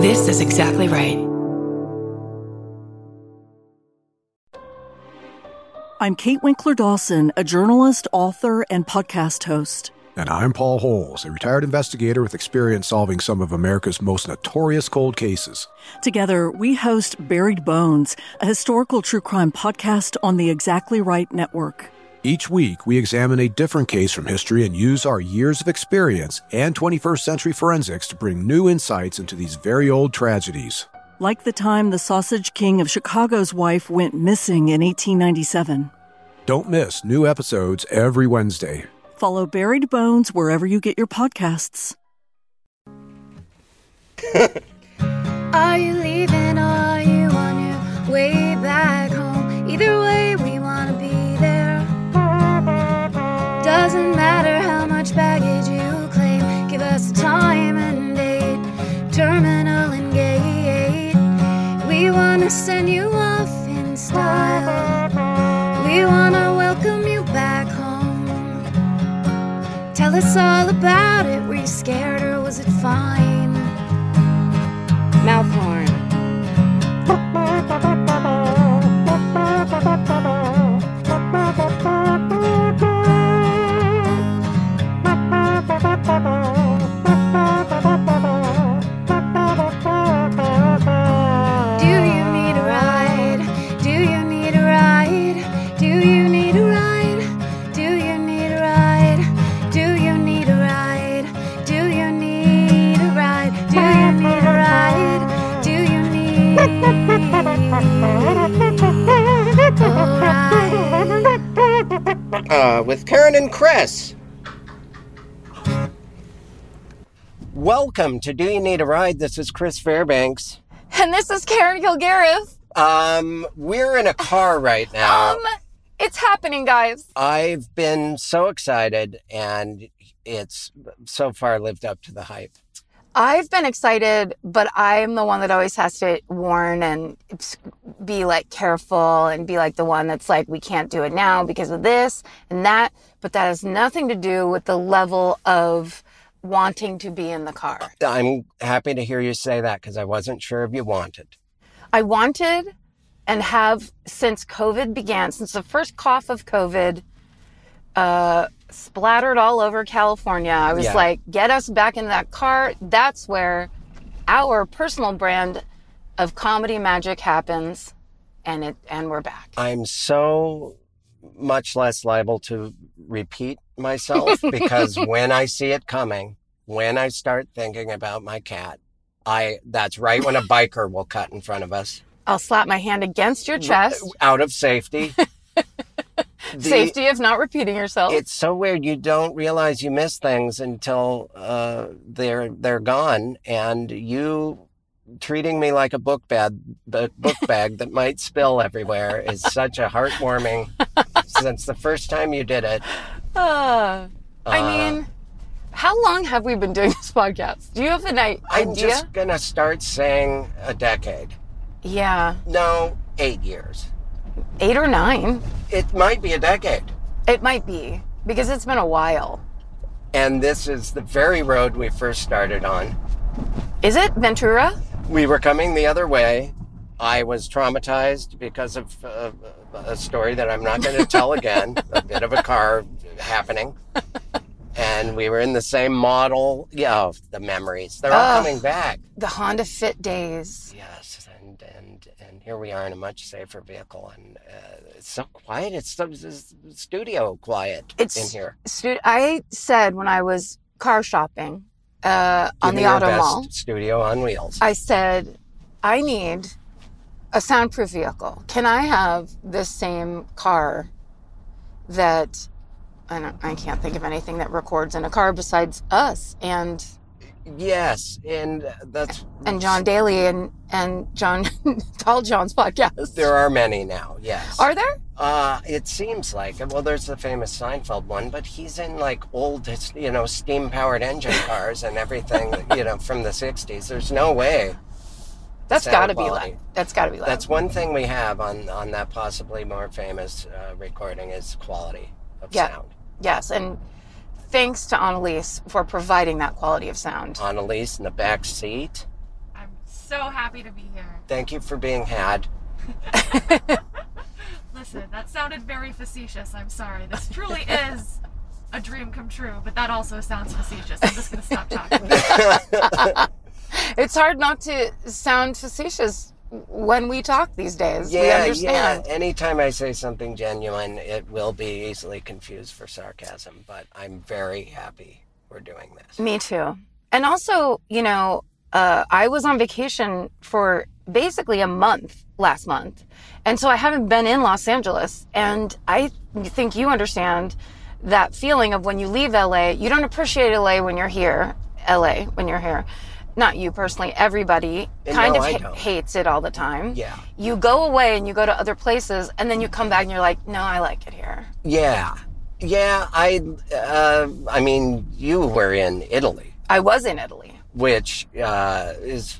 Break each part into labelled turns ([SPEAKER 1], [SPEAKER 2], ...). [SPEAKER 1] This is exactly right.
[SPEAKER 2] I'm Kate Winkler Dawson, a journalist, author, and podcast host.
[SPEAKER 3] And I'm Paul Holes, a retired investigator with experience solving some of America's most notorious cold cases.
[SPEAKER 2] Together, we host Buried Bones, a historical true crime podcast on the Exactly Right Network.
[SPEAKER 3] Each week, we examine a different case from history and use our years of experience and 21st century forensics to bring new insights into these very old tragedies.
[SPEAKER 2] Like the time the sausage king of Chicago's wife went missing in 1897.
[SPEAKER 3] Don't miss new episodes every Wednesday.
[SPEAKER 2] Follow Buried Bones wherever you get your podcasts.
[SPEAKER 4] Are you leaving? Are you on your way back home? Either way, we want to be there. Doesn't matter how much baggage you claim, give us a time and date, terminal and gate. We want to send you off in style. We want to welcome you back home. Tell us all about it. Were you scared or was it fine? Mouth horn. Do you need a ride? Do you need a ride? Do you need a ride? Do you need a ride? Do you need a ride? Do you need a ride? Do you need a ride? Do you need a ride?
[SPEAKER 5] Uh, with Karen and Chris. Welcome to Do You Need a Ride? This is Chris Fairbanks.
[SPEAKER 6] And this is Karen Kilgariff.
[SPEAKER 5] Um, we're in a car right now.
[SPEAKER 6] Um, it's happening, guys.
[SPEAKER 5] I've been so excited, and it's so far lived up to the hype.
[SPEAKER 6] I've been excited, but I'm the one that always has to warn and be like careful and be like the one that's like, we can't do it now because of this and that. But that has nothing to do with the level of wanting to be in the car.
[SPEAKER 5] I'm happy to hear you say that because I wasn't sure if you wanted.
[SPEAKER 6] I wanted and have since COVID began, since the first cough of COVID uh, splattered all over California, I was
[SPEAKER 5] Yeah.
[SPEAKER 6] like, get us back in that car. That's where our personal brand of comedy magic happens. And it and we're back.
[SPEAKER 5] I'm so much less liable to repeat myself because when I see it coming, when I start thinking about my cat, I that's right when a biker will cut in front of us
[SPEAKER 6] I'll slap my hand against
[SPEAKER 5] Mm,
[SPEAKER 6] your chest.
[SPEAKER 5] out of safety. uh, The-
[SPEAKER 6] Safety of not repeating yourself.
[SPEAKER 5] It's so weird. You don't realize you miss things until uh, they're they're gone, and you treating me like a book bag b- book bag that might spill everywhere is such a heartwarming. since the first time you did it,
[SPEAKER 6] Uh, I
[SPEAKER 5] Uh,
[SPEAKER 6] mean, how long have we been doing this podcast? Do you have an i-
[SPEAKER 5] I'm
[SPEAKER 6] idea?
[SPEAKER 5] just gonna start saying a decade.
[SPEAKER 6] Yeah,
[SPEAKER 5] No, eight years.
[SPEAKER 6] eight or nine.
[SPEAKER 5] It might be a decade.
[SPEAKER 6] It might be because it's been a while.
[SPEAKER 5] And this is the very road we first started on.
[SPEAKER 6] Is it Ventura?
[SPEAKER 5] We were coming the other way. I was traumatized because of uh, a story that I'm not going to tell again, a bit of a car happening. And we were in the same model. Yeah, oh, the memories. They're all
[SPEAKER 6] Ugh.
[SPEAKER 5] coming back.
[SPEAKER 6] The Honda Fit days.
[SPEAKER 5] Yes, and and and here we are in a much safer vehicle, and uh, it's so quiet. It's so it's studio quiet
[SPEAKER 6] It's
[SPEAKER 5] in here.
[SPEAKER 6] Stu- I said when I was car shopping uh, on
[SPEAKER 5] Give
[SPEAKER 6] the
[SPEAKER 5] me your
[SPEAKER 6] auto
[SPEAKER 5] best
[SPEAKER 6] mall,
[SPEAKER 5] studio on wheels.
[SPEAKER 6] I said, I need a soundproof vehicle. Can I have this same car that I don't I can't think of anything that records in a car besides us and
[SPEAKER 5] yes, and that's
[SPEAKER 6] and John Daly and and John Tall John's podcast.
[SPEAKER 5] There are many now. Yes,
[SPEAKER 6] Are there?
[SPEAKER 5] Uh, it seems like. Well, there's the famous Seinfeld one, but he's in like old, you know, steam powered engine cars and everything, you know, from the 60s. There's no way.
[SPEAKER 6] That's
[SPEAKER 5] Sound
[SPEAKER 6] got to be
[SPEAKER 5] quality.
[SPEAKER 6] loud. That's got to be loud.
[SPEAKER 5] That's one thing we have on, on that possibly more famous uh, recording is quality of
[SPEAKER 6] Yeah.
[SPEAKER 5] sound.
[SPEAKER 6] yes, and thanks to Annalise for providing that quality of sound.
[SPEAKER 5] Annalise in the back seat.
[SPEAKER 1] So happy to be here.
[SPEAKER 5] Thank you for being had.
[SPEAKER 1] Listen, that sounded very facetious. I'm sorry. This truly is a dream come true, but that also sounds facetious. I'm just going to stop talking.
[SPEAKER 6] It's hard not to sound facetious when we talk these days. we
[SPEAKER 5] Yeah, yeah.
[SPEAKER 6] understand.
[SPEAKER 5] Anytime I say something genuine, it will be easily confused for sarcasm, but I'm very happy we're doing this.
[SPEAKER 6] Me too. And also, you know, uh, I was on vacation for basically a month last month. And so I haven't been in Los Angeles. And I think you understand that feeling of when you leave LA, you don't appreciate LA when you're here, LA, when you're here. Not you personally, everybody
[SPEAKER 5] And
[SPEAKER 6] kind
[SPEAKER 5] no,
[SPEAKER 6] of
[SPEAKER 5] I
[SPEAKER 6] ha-
[SPEAKER 5] don't.
[SPEAKER 6] hates it all the time.
[SPEAKER 5] Yeah.
[SPEAKER 6] You go away and you go to other places, and then you come back and you're like, no, I like it here.
[SPEAKER 5] Yeah. Yeah, I uh, I mean, you were in Italy,
[SPEAKER 6] I was in Italy.
[SPEAKER 5] which uh, is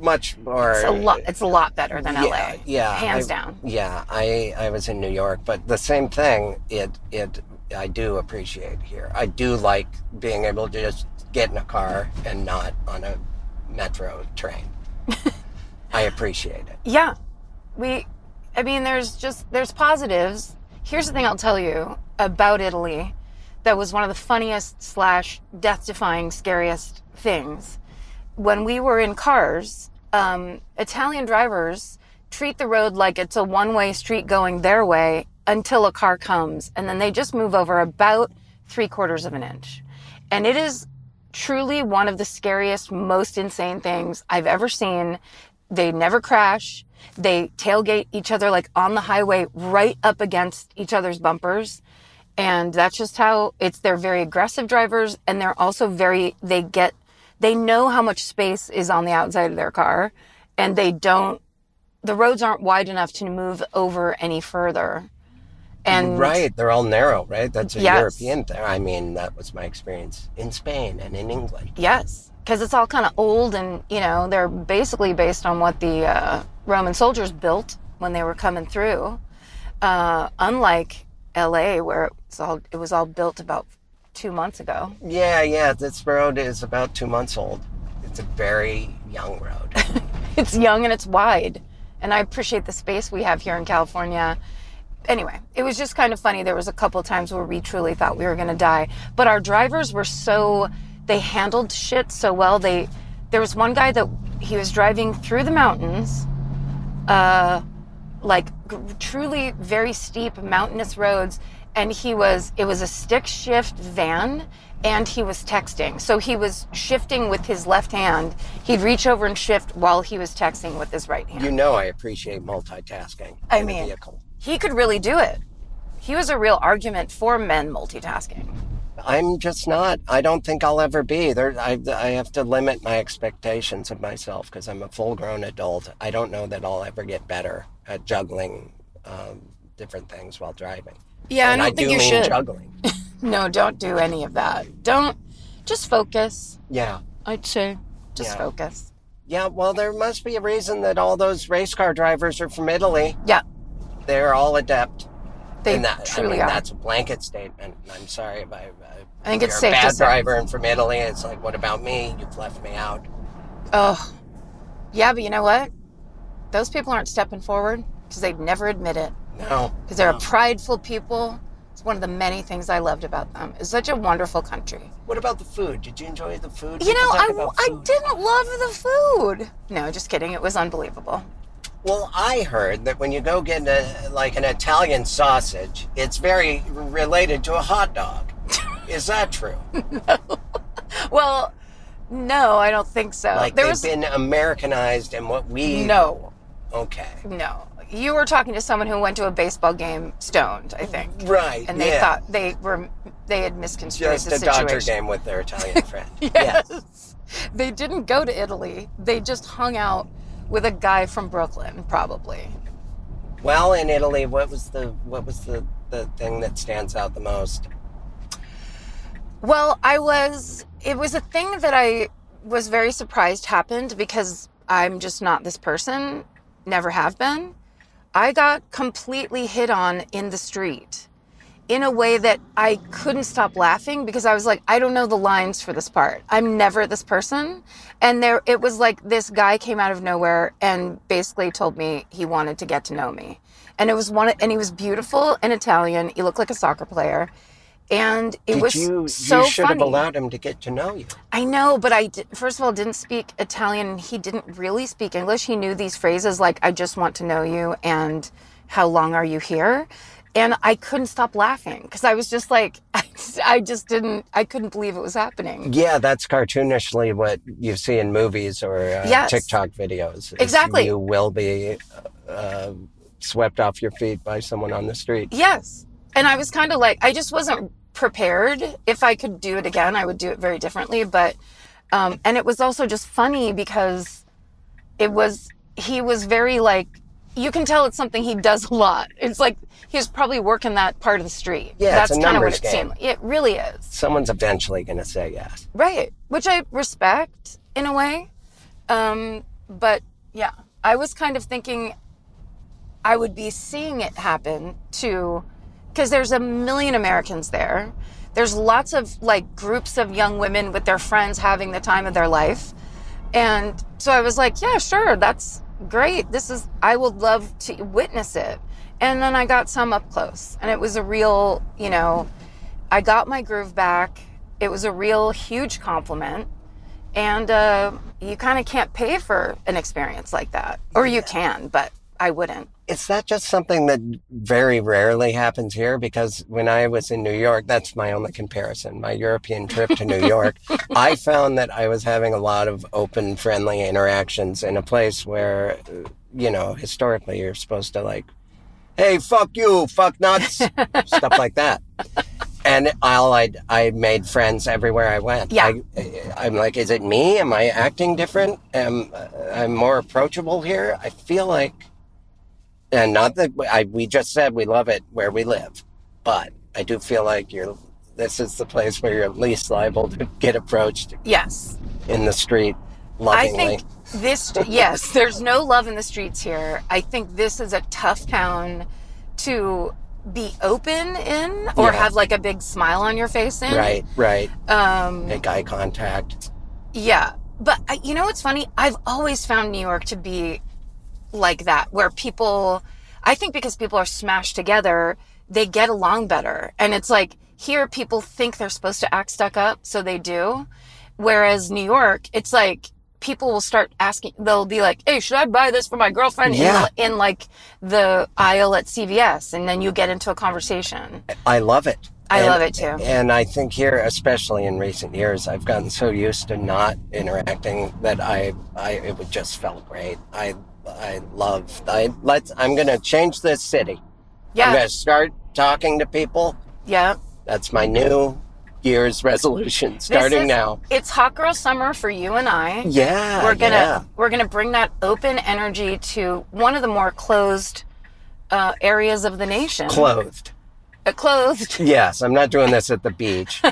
[SPEAKER 5] much more
[SPEAKER 6] It's a lot. It's a lot better than LA.
[SPEAKER 5] yeah, yeah,
[SPEAKER 6] hands
[SPEAKER 5] I-
[SPEAKER 6] down.
[SPEAKER 5] Yeah, I I was in New York, but the same thing. It it I do appreciate here. I do like being able to just get in a car and not on a metro train. I appreciate it.
[SPEAKER 6] yeah we i mean there's just there's positives here's the thing i'll tell you about italy that was one of the funniest slash death defying scariest things when we were in cars um, italian drivers treat the road like it's a one way street going their way until a car comes and then they just move over about three quarters of an inch and it is truly one of the scariest, most insane things I've ever seen. They never crash. They tailgate each other like on the highway, right up against each other's bumpers. And that's just how it's, they're very aggressive drivers. And they're also very, they get, they know how much space is on the outside of their car and they don't, the roads aren't wide enough to move over any further. And
[SPEAKER 5] Right, they're all narrow, right? That's a
[SPEAKER 6] Yes.
[SPEAKER 5] European thing. I mean, that was my experience in Spain and in England.
[SPEAKER 6] Yes, because it's all kind of old, and you know they're basically based on what the uh, Roman soldiers built when they were coming through. Uh, unlike L.A., where it was all it was all built about two months ago.
[SPEAKER 5] Yeah, yeah, this road is about two months old. It's a very young road.
[SPEAKER 6] It's young and it's wide, and I appreciate the space we have here in California. Anyway, it was just kind of funny. There was a couple times where we truly thought we were going to die, but our drivers were so they handled shit so well. They there was one guy that he was driving through the mountains. like g- truly very steep mountainous roads and he was it was a stick shift van and he was texting so he was shifting with his left hand he'd reach over and shift while he was texting with his right hand
[SPEAKER 5] you know, I appreciate multitasking.
[SPEAKER 6] I
[SPEAKER 5] in a
[SPEAKER 6] mean-
[SPEAKER 5] vehicle.
[SPEAKER 6] he could really do it he was a real argument for men multitasking
[SPEAKER 5] I'm just not. I don't think I'll ever be there. I, I have to limit my expectations of myself because I'm a full-grown adult. I don't know that I'll ever get better at juggling um, different things while driving.
[SPEAKER 6] yeah
[SPEAKER 5] and I do mean juggling.
[SPEAKER 6] no don't do any of that don't just focus
[SPEAKER 5] Yeah,
[SPEAKER 6] i'd say just
[SPEAKER 5] Yeah.
[SPEAKER 6] focus
[SPEAKER 5] yeah. Well, there must be a reason that all those race car drivers are from Italy.
[SPEAKER 6] yeah
[SPEAKER 5] They're all adept.
[SPEAKER 6] they
[SPEAKER 5] and that, I
[SPEAKER 6] truly
[SPEAKER 5] mean,
[SPEAKER 6] are
[SPEAKER 5] that's a blanket statement. I'm sorry if I. Uh,
[SPEAKER 6] I think it's
[SPEAKER 5] you're
[SPEAKER 6] safe
[SPEAKER 5] a
[SPEAKER 6] to
[SPEAKER 5] bad
[SPEAKER 6] say-
[SPEAKER 5] driver and from Italy. It's like, what about me? You've left me out.
[SPEAKER 6] Oh, yeah, but you know what? Those people aren't stepping forward because they'd never admit it
[SPEAKER 5] No.
[SPEAKER 6] because they're a prideful people. It's one of the many things I loved about them. It's such a wonderful country.
[SPEAKER 5] What about the food? Did you enjoy the food?
[SPEAKER 6] You
[SPEAKER 5] People
[SPEAKER 6] know,
[SPEAKER 5] talk
[SPEAKER 6] I,
[SPEAKER 5] about
[SPEAKER 6] I
[SPEAKER 5] food.
[SPEAKER 6] didn't love the food. No, just kidding. It was unbelievable.
[SPEAKER 5] Well, I heard that when you go get a, like an Italian sausage, it's very related to a hot dog. Is that true?
[SPEAKER 6] Well, no, I don't think so.
[SPEAKER 5] Like
[SPEAKER 6] there
[SPEAKER 5] they've
[SPEAKER 6] was
[SPEAKER 5] been Americanized and what we
[SPEAKER 6] no,
[SPEAKER 5] Okay.
[SPEAKER 6] no. You were talking to someone who went to a baseball game stoned, I think,
[SPEAKER 5] Right.
[SPEAKER 6] and they
[SPEAKER 5] yeah.
[SPEAKER 6] thought they were they had misconstrued
[SPEAKER 5] just
[SPEAKER 6] the
[SPEAKER 5] a
[SPEAKER 6] situation.
[SPEAKER 5] Dodger game with their Italian friend.
[SPEAKER 6] Yes. They didn't go to Italy. They just hung out with a guy from Brooklyn, probably.
[SPEAKER 5] Well, in Italy, what was the what was the the thing that stands out the most?
[SPEAKER 6] Well, I was, it was a thing that I was very surprised happened because I'm just not this person, never have been. I got completely hit on in the street in a way that I couldn't stop laughing because I was like, I don't know the lines for this part. I'm never this person. And there, it was like this guy came out of nowhere and basically told me he wanted to get to know me. And it was one, and he was beautiful and Italian. He looked like a soccer player. And it
[SPEAKER 5] Did
[SPEAKER 6] was
[SPEAKER 5] you,
[SPEAKER 6] so
[SPEAKER 5] you should
[SPEAKER 6] funny.
[SPEAKER 5] have allowed him to get to know you.
[SPEAKER 6] I know, but I di- first of all didn't speak Italian. and He didn't really speak English. He knew these phrases like "I just want to know you" and "How long are you here?" And I couldn't stop laughing because I was just like, I just, I just didn't, I couldn't believe it was happening.
[SPEAKER 5] Yeah, that's cartoonishly what you see in movies or uh,
[SPEAKER 6] Yes.
[SPEAKER 5] TikTok videos. is
[SPEAKER 6] Exactly.
[SPEAKER 5] You will be uh, swept off your feet by someone on the street.
[SPEAKER 6] Yes, and I was kind of like, I just wasn't prepared. If I could do it again, I would do it very differently. But, um, and it was also just funny because it was he was very like you can tell it's something he does a lot. It's like he was probably working that part of the street.
[SPEAKER 5] Yeah,
[SPEAKER 6] that's
[SPEAKER 5] it's a
[SPEAKER 6] kind of what
[SPEAKER 5] numbers
[SPEAKER 6] it
[SPEAKER 5] game.
[SPEAKER 6] seemed. Like. It really is,
[SPEAKER 5] Someone's eventually going to say yes.
[SPEAKER 6] right? Which I respect in a way, um, but yeah, I was kind of thinking I would be seeing it happen to, because there's a million Americans there. There's lots of like groups of young women with their friends having the time of their life. And so I was like, yeah, sure, that's great. This is, I would love to witness it. And then I got some up close, and it was a real, you know, I got my groove back. It was a real huge compliment. And uh, you kind of can't pay for an experience like that. Or you can, but I wouldn't.
[SPEAKER 5] Is that just something that very rarely happens here? Because when I was in New York, that's my only comparison, my European trip to New York, I found that I was having a lot of open, friendly interactions in a place where, uh, you know, historically you're supposed to like, hey, fuck you, fuck nuts, stuff like that. And I'll, I, I made friends everywhere I went.
[SPEAKER 6] Yeah.
[SPEAKER 5] I, I'm like, is it me? Am I acting different? Am I'm more approachable here? I feel like and not that I, we just said we love it where we live, but I do feel like you're. This is the place where you're least liable to get approached
[SPEAKER 6] Yes.
[SPEAKER 5] in the street
[SPEAKER 6] I
[SPEAKER 5] lovingly.
[SPEAKER 6] think this, yes, there's no love in the streets here. I think this is a tough town to be open in
[SPEAKER 5] Yeah.
[SPEAKER 6] or have like a big smile on your face in.
[SPEAKER 5] right, right.
[SPEAKER 6] Um,
[SPEAKER 5] Make eye contact.
[SPEAKER 6] yeah. But I, you know what's funny? I've always found New York to be like that, where people, I think because people are smashed together, they get along better. And it's like here, people think they're supposed to act stuck up, so they do. Whereas New York, it's like people will start asking, they'll be like, hey, should I buy this for my girlfriend in
[SPEAKER 5] Yeah.
[SPEAKER 6] the- in, like the aisle at CVS? And then you get into a conversation.
[SPEAKER 5] I love it.
[SPEAKER 6] I
[SPEAKER 5] And-
[SPEAKER 6] love it too.
[SPEAKER 5] And I think here, especially in recent years, I've gotten so used to not interacting that I, I it would just felt great. I, I love. I let's. I'm gonna change this city. I'm
[SPEAKER 6] Yeah.
[SPEAKER 5] gonna start talking to people
[SPEAKER 6] Yeah.
[SPEAKER 5] That's my new year's resolution
[SPEAKER 6] This
[SPEAKER 5] starting
[SPEAKER 6] is-
[SPEAKER 5] now.
[SPEAKER 6] It's hot girl summer for you and I.
[SPEAKER 5] Yeah.
[SPEAKER 6] we're gonna
[SPEAKER 5] yeah.
[SPEAKER 6] we're gonna bring that open energy to one of the more closed uh, areas of the nation.
[SPEAKER 5] clothed.
[SPEAKER 6] Uh, clothed.
[SPEAKER 5] Yes, I'm not doing this at the beach.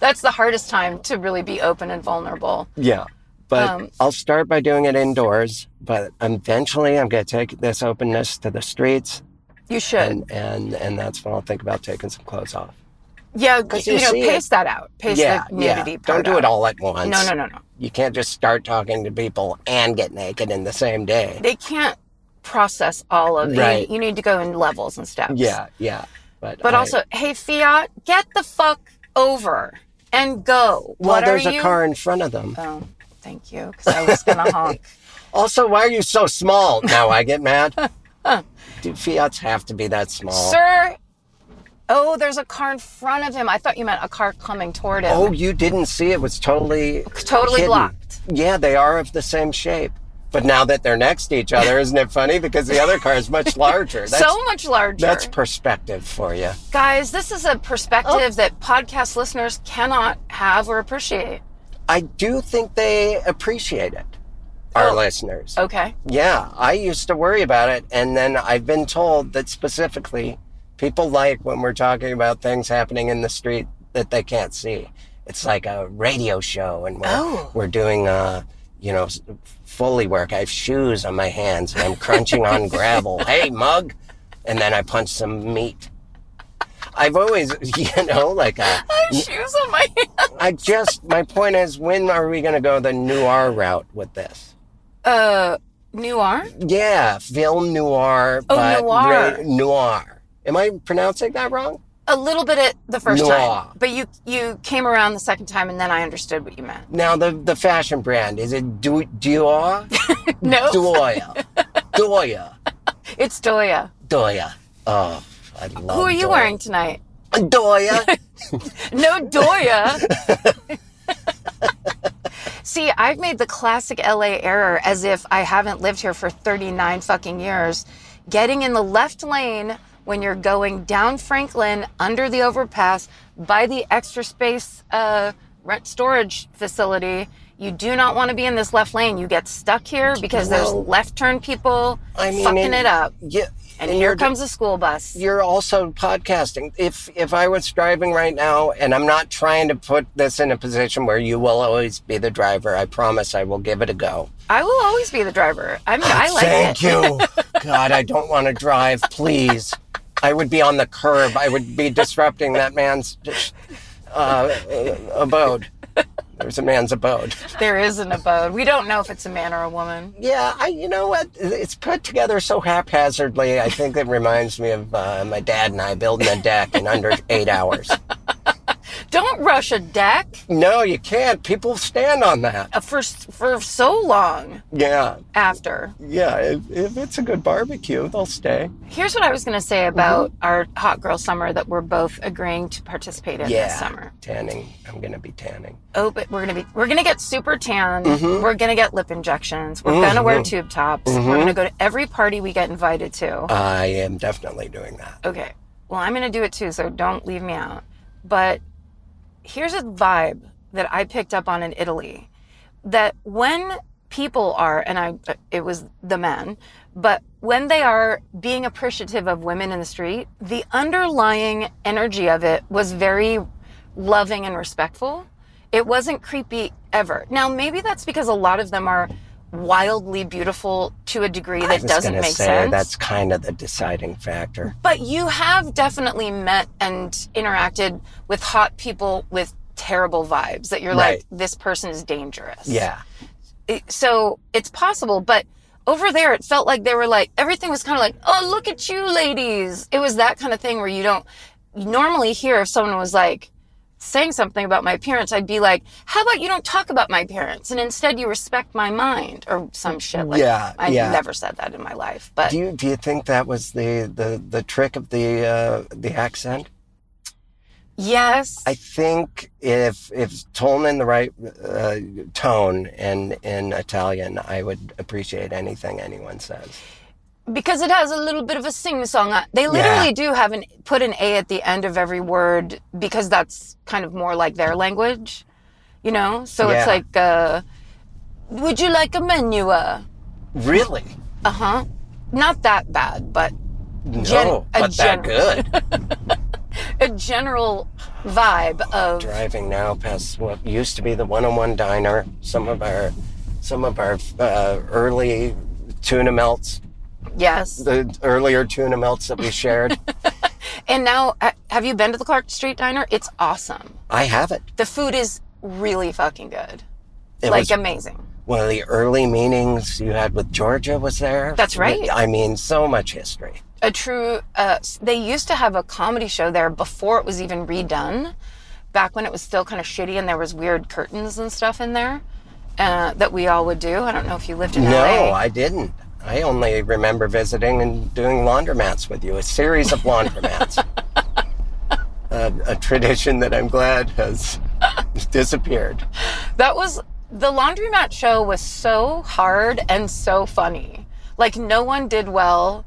[SPEAKER 6] That's the hardest time to really be open and vulnerable.
[SPEAKER 5] yeah. But
[SPEAKER 6] Um,
[SPEAKER 5] I'll start by doing it indoors, but eventually I'm going to take this openness to the streets
[SPEAKER 6] You should.
[SPEAKER 5] and and and that's when I'll think about taking some clothes off.
[SPEAKER 6] yeah,
[SPEAKER 5] 'cause
[SPEAKER 6] you
[SPEAKER 5] you
[SPEAKER 6] know,
[SPEAKER 5] see
[SPEAKER 6] pace that out. Pace
[SPEAKER 5] yeah.
[SPEAKER 6] the
[SPEAKER 5] Yeah.
[SPEAKER 6] nudity part
[SPEAKER 5] Don't do
[SPEAKER 6] out.
[SPEAKER 5] it all at once.
[SPEAKER 6] No, no, no, no.
[SPEAKER 5] You can't just start talking to people and get naked in the same day.
[SPEAKER 6] They can't process all of it.
[SPEAKER 5] Right.
[SPEAKER 6] You need to go in levels and steps.
[SPEAKER 5] Yeah, yeah. But
[SPEAKER 6] But
[SPEAKER 5] I-
[SPEAKER 6] also, hey Fiat, get the fuck over and
[SPEAKER 5] well,
[SPEAKER 6] go. what
[SPEAKER 5] there's
[SPEAKER 6] are
[SPEAKER 5] a
[SPEAKER 6] you?
[SPEAKER 5] car in front of them.
[SPEAKER 6] Oh, thank you, because I was gonna honk.
[SPEAKER 5] Also, why are you so small? Now I get mad. Do Fiats have to be that small?
[SPEAKER 6] Sir, oh, there's a car in front of him. I thought you meant a car coming toward him.
[SPEAKER 5] Oh, you didn't see it was totally
[SPEAKER 6] Totally
[SPEAKER 5] hidden.
[SPEAKER 6] blocked.
[SPEAKER 5] Yeah, they are of the same shape. But now that they're next to each other, isn't it funny? Because the other car is much larger. That's,
[SPEAKER 6] so much larger.
[SPEAKER 5] that's perspective for you.
[SPEAKER 6] Guys, this is a perspective that podcast listeners cannot have or appreciate.
[SPEAKER 5] I do think they appreciate it, our listeners.
[SPEAKER 6] Okay.
[SPEAKER 5] Yeah, I used to worry about it. And then I've been told that specifically people like when we're talking about things happening in the street that they can't see. It's like a radio show and we're,
[SPEAKER 6] Oh.
[SPEAKER 5] we're doing, uh, you know, s- Foley work. I have shoes on my hands and I'm crunching on gravel. Hey, mug. And then I punch some meat. I've always, you know, like I,
[SPEAKER 6] I have shoes on my hand.
[SPEAKER 5] I just, my point is, when are we going to go the noir route with this?
[SPEAKER 6] Uh, noir?
[SPEAKER 5] Yeah, film noir,
[SPEAKER 6] Oh,
[SPEAKER 5] but
[SPEAKER 6] noir.
[SPEAKER 5] ra- noir. Am I pronouncing that wrong?
[SPEAKER 6] A little bit at the first
[SPEAKER 5] Noir.
[SPEAKER 6] time, but you you came around the second time, and then I understood what you meant.
[SPEAKER 5] Now, the, the fashion brand, is it Du- Dior?
[SPEAKER 6] No,
[SPEAKER 5] Doya. Doya.
[SPEAKER 6] it's Doya.
[SPEAKER 5] Doya. Oh, I love
[SPEAKER 6] Who are you
[SPEAKER 5] Doya.
[SPEAKER 6] wearing tonight?
[SPEAKER 5] Doya.
[SPEAKER 6] No Doya. See, I've made the classic LA error as if I haven't lived here for 39 fucking years. Getting in the left lane when you're going down Franklin under the overpass by the extra space uh, rent storage facility. You do not want to be in this left lane. You get stuck here because there's
[SPEAKER 5] Well,
[SPEAKER 6] left turn people
[SPEAKER 5] I mean,
[SPEAKER 6] fucking
[SPEAKER 5] and-
[SPEAKER 6] it up.
[SPEAKER 5] Yeah.
[SPEAKER 6] And,
[SPEAKER 5] you're
[SPEAKER 6] here
[SPEAKER 5] d-
[SPEAKER 6] comes a school bus.
[SPEAKER 5] you're also podcasting. If if I was driving right now, and I'm not trying to put this in a position where you will always be the driver, I promise I will give it a go.
[SPEAKER 6] I will always be the driver. I'm, I like it.
[SPEAKER 5] Thank you. God, I don't want to drive. Please, I would be on the curb. I would be disrupting that man's uh, abode. There's a man's abode.
[SPEAKER 6] There is an abode. We don't know if it's a man or a woman.
[SPEAKER 5] Yeah, I, you know what? It's put together so haphazardly. I think it reminds me of uh, my dad and I building a deck in under eight hours.
[SPEAKER 6] Don't rush a deck
[SPEAKER 5] No, you can't. People stand on that.
[SPEAKER 6] uh, for s- for so long
[SPEAKER 5] Yeah,
[SPEAKER 6] after.
[SPEAKER 5] yeah. If, if it's a good barbecue, they'll stay.
[SPEAKER 6] Here's what I was going to say about our hot girl summer that we're both agreeing to participate in
[SPEAKER 5] Yeah,
[SPEAKER 6] this summer.
[SPEAKER 5] tanning. I'm gonna be tanning.
[SPEAKER 6] Oh, but we're going to be we're going to get super tan. We're going to get lip injections. We're going to wear tube tops. We're going to go to every party we get invited to.
[SPEAKER 5] I am definitely doing that.
[SPEAKER 6] Okay. Well, I'm going to do it too, so don't leave me out. But here's a vibe that I picked up on in Italy that when people are, and I, it was the men, but when they are being appreciative of women in the street, the underlying energy of it was very loving and respectful. It wasn't creepy ever. Now, maybe that's because a lot of them are wildly beautiful to a degree
[SPEAKER 5] I
[SPEAKER 6] that
[SPEAKER 5] was
[SPEAKER 6] doesn't
[SPEAKER 5] gonna
[SPEAKER 6] make
[SPEAKER 5] say
[SPEAKER 6] sense.
[SPEAKER 5] that's kind of the deciding factor.
[SPEAKER 6] But you have definitely met and interacted with hot people with terrible vibes that you're
[SPEAKER 5] Right.
[SPEAKER 6] like, this person is dangerous.
[SPEAKER 5] Yeah.
[SPEAKER 6] It- So it's possible, but over there, it felt like they were like, everything was kind of like, oh, look at you, ladies. It was that kind of thing where you don't normally hear if someone was like, saying something about my appearance i'd be like how about you don't talk about my appearance and instead you respect my mind or some shit like
[SPEAKER 5] Yeah,
[SPEAKER 6] i
[SPEAKER 5] yeah.
[SPEAKER 6] never said that in my life but
[SPEAKER 5] Do you do you think that was the the the trick of the uh, the accent?
[SPEAKER 6] yes
[SPEAKER 5] I think if if told in the right uh, tone and in Italian, I would appreciate anything anyone says.
[SPEAKER 6] because it has a little bit of a sing song. uh, They literally do have an put an A at the end of every word because that's kind of more like their language, you know. So
[SPEAKER 5] Yeah.
[SPEAKER 6] it's like, uh, would you like a menu? Uh
[SPEAKER 5] Really?
[SPEAKER 6] huh. Not that bad, but
[SPEAKER 5] No,
[SPEAKER 6] Gen-
[SPEAKER 5] Mm-hmm. Oh,
[SPEAKER 6] a
[SPEAKER 5] but that
[SPEAKER 6] gen-
[SPEAKER 5] good.
[SPEAKER 6] a general vibe of
[SPEAKER 5] driving now past what used to be the 101 diner some of our some of our uh, early tuna melts
[SPEAKER 6] yes.
[SPEAKER 5] the earlier tuna melts that we shared
[SPEAKER 6] And now, ha- have you been to the Clark Street Diner? It's awesome.
[SPEAKER 5] i have it
[SPEAKER 6] The food is really fucking good,
[SPEAKER 5] it
[SPEAKER 6] like
[SPEAKER 5] was
[SPEAKER 6] amazing.
[SPEAKER 5] one of the early meetings you had with georgia was there
[SPEAKER 6] That's right.
[SPEAKER 5] i mean so much history
[SPEAKER 6] a true uh, s- they used to have a comedy show there before it was even redone back when it was still kind of shitty and there was weird curtains and stuff in there uh, that we all would do i don't know if you lived in
[SPEAKER 5] no
[SPEAKER 6] la
[SPEAKER 5] i didn't i only remember visiting and doing laundromats with you a series of laundromats a, a tradition that i'm glad has disappeared
[SPEAKER 6] that was the laundromat show was so hard and so funny like no one did well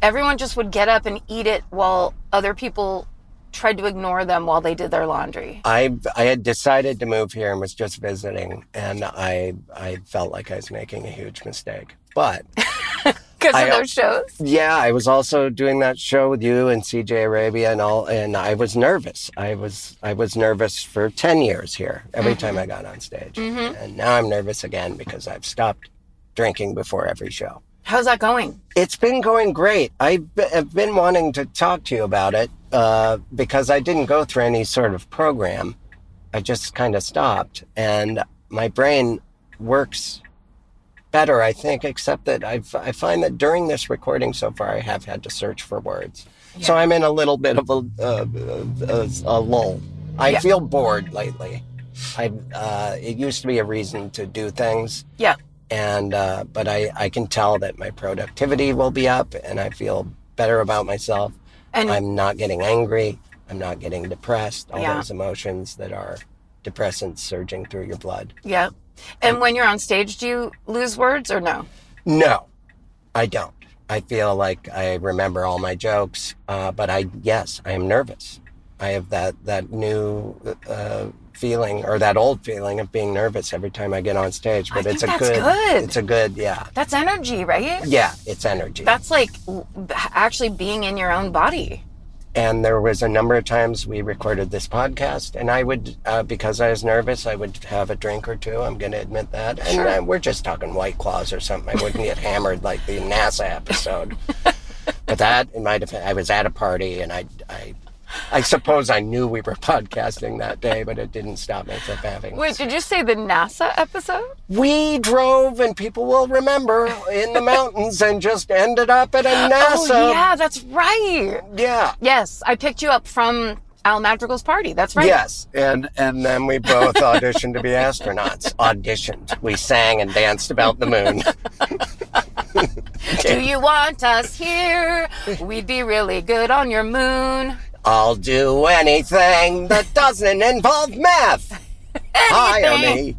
[SPEAKER 6] everyone just would get up and eat it while other people tried to ignore them while they did their laundry
[SPEAKER 5] I I had decided to move here and was just visiting, and I I felt like I was making a huge mistake. But
[SPEAKER 6] because
[SPEAKER 5] I-
[SPEAKER 6] of those shows
[SPEAKER 5] yeah, I was also doing that show with you and CJ Arabia and all, and I was nervous. I was I was nervous for ten years here every time I got on stage, and now I'm nervous again because I've stopped drinking before every show.
[SPEAKER 6] How's that going?
[SPEAKER 5] It's been going great. I've be- I've been wanting to talk to you about it uh, because I didn't go through any sort of program. I just kind of stopped, and my brain works better, I think. Except that I've I find that during this recording so far, I have had to search for words, so I'm in a little bit of a uh, a, a lull. I
[SPEAKER 6] Yeah.
[SPEAKER 5] feel bored lately. I uh, it used to be a reason to do things
[SPEAKER 6] Yeah.
[SPEAKER 5] and uh, but I, I can tell that my productivity will be up and i feel better about myself
[SPEAKER 6] And
[SPEAKER 5] i'm not getting angry i'm not getting depressed all
[SPEAKER 6] Yeah.
[SPEAKER 5] those emotions that are depressants surging through your blood
[SPEAKER 6] yeah. And when you're on stage, do you lose words or no?
[SPEAKER 5] no i don't i feel like i remember all my jokes uh, but i yes i am nervous i have that that new uh, feeling or that old feeling of being nervous every time i get on stage but
[SPEAKER 6] think
[SPEAKER 5] it's a
[SPEAKER 6] that's
[SPEAKER 5] good,
[SPEAKER 6] good.
[SPEAKER 5] it's a good yeah
[SPEAKER 6] That's energy, right?
[SPEAKER 5] yeah it's energy
[SPEAKER 6] That's like w- actually being in your own body.
[SPEAKER 5] and there was a number of times we recorded this podcast and i would uh, because i was nervous i would have a drink or two i'm going to admit that and uh, we're just talking white claws or something i wouldn't get hammered like the nasa episode but that in my defense i was at a party and i i i suppose i knew we were podcasting that day but it didn't stop me from having
[SPEAKER 6] Wait, did you say the NASA episode?
[SPEAKER 5] we drove and people will remember in the mountains and just ended up at a nasa
[SPEAKER 6] oh, yeah, that's right.
[SPEAKER 5] yeah
[SPEAKER 6] Yes, I picked you up from Al Madrigal's party. That's right.
[SPEAKER 5] Yes, and and then we both auditioned to be astronauts. Auditioned. We sang and danced about the moon.
[SPEAKER 6] Do you want us here? We'd be really good on your moon.
[SPEAKER 5] I'll do anything that doesn't involve math. Hire me.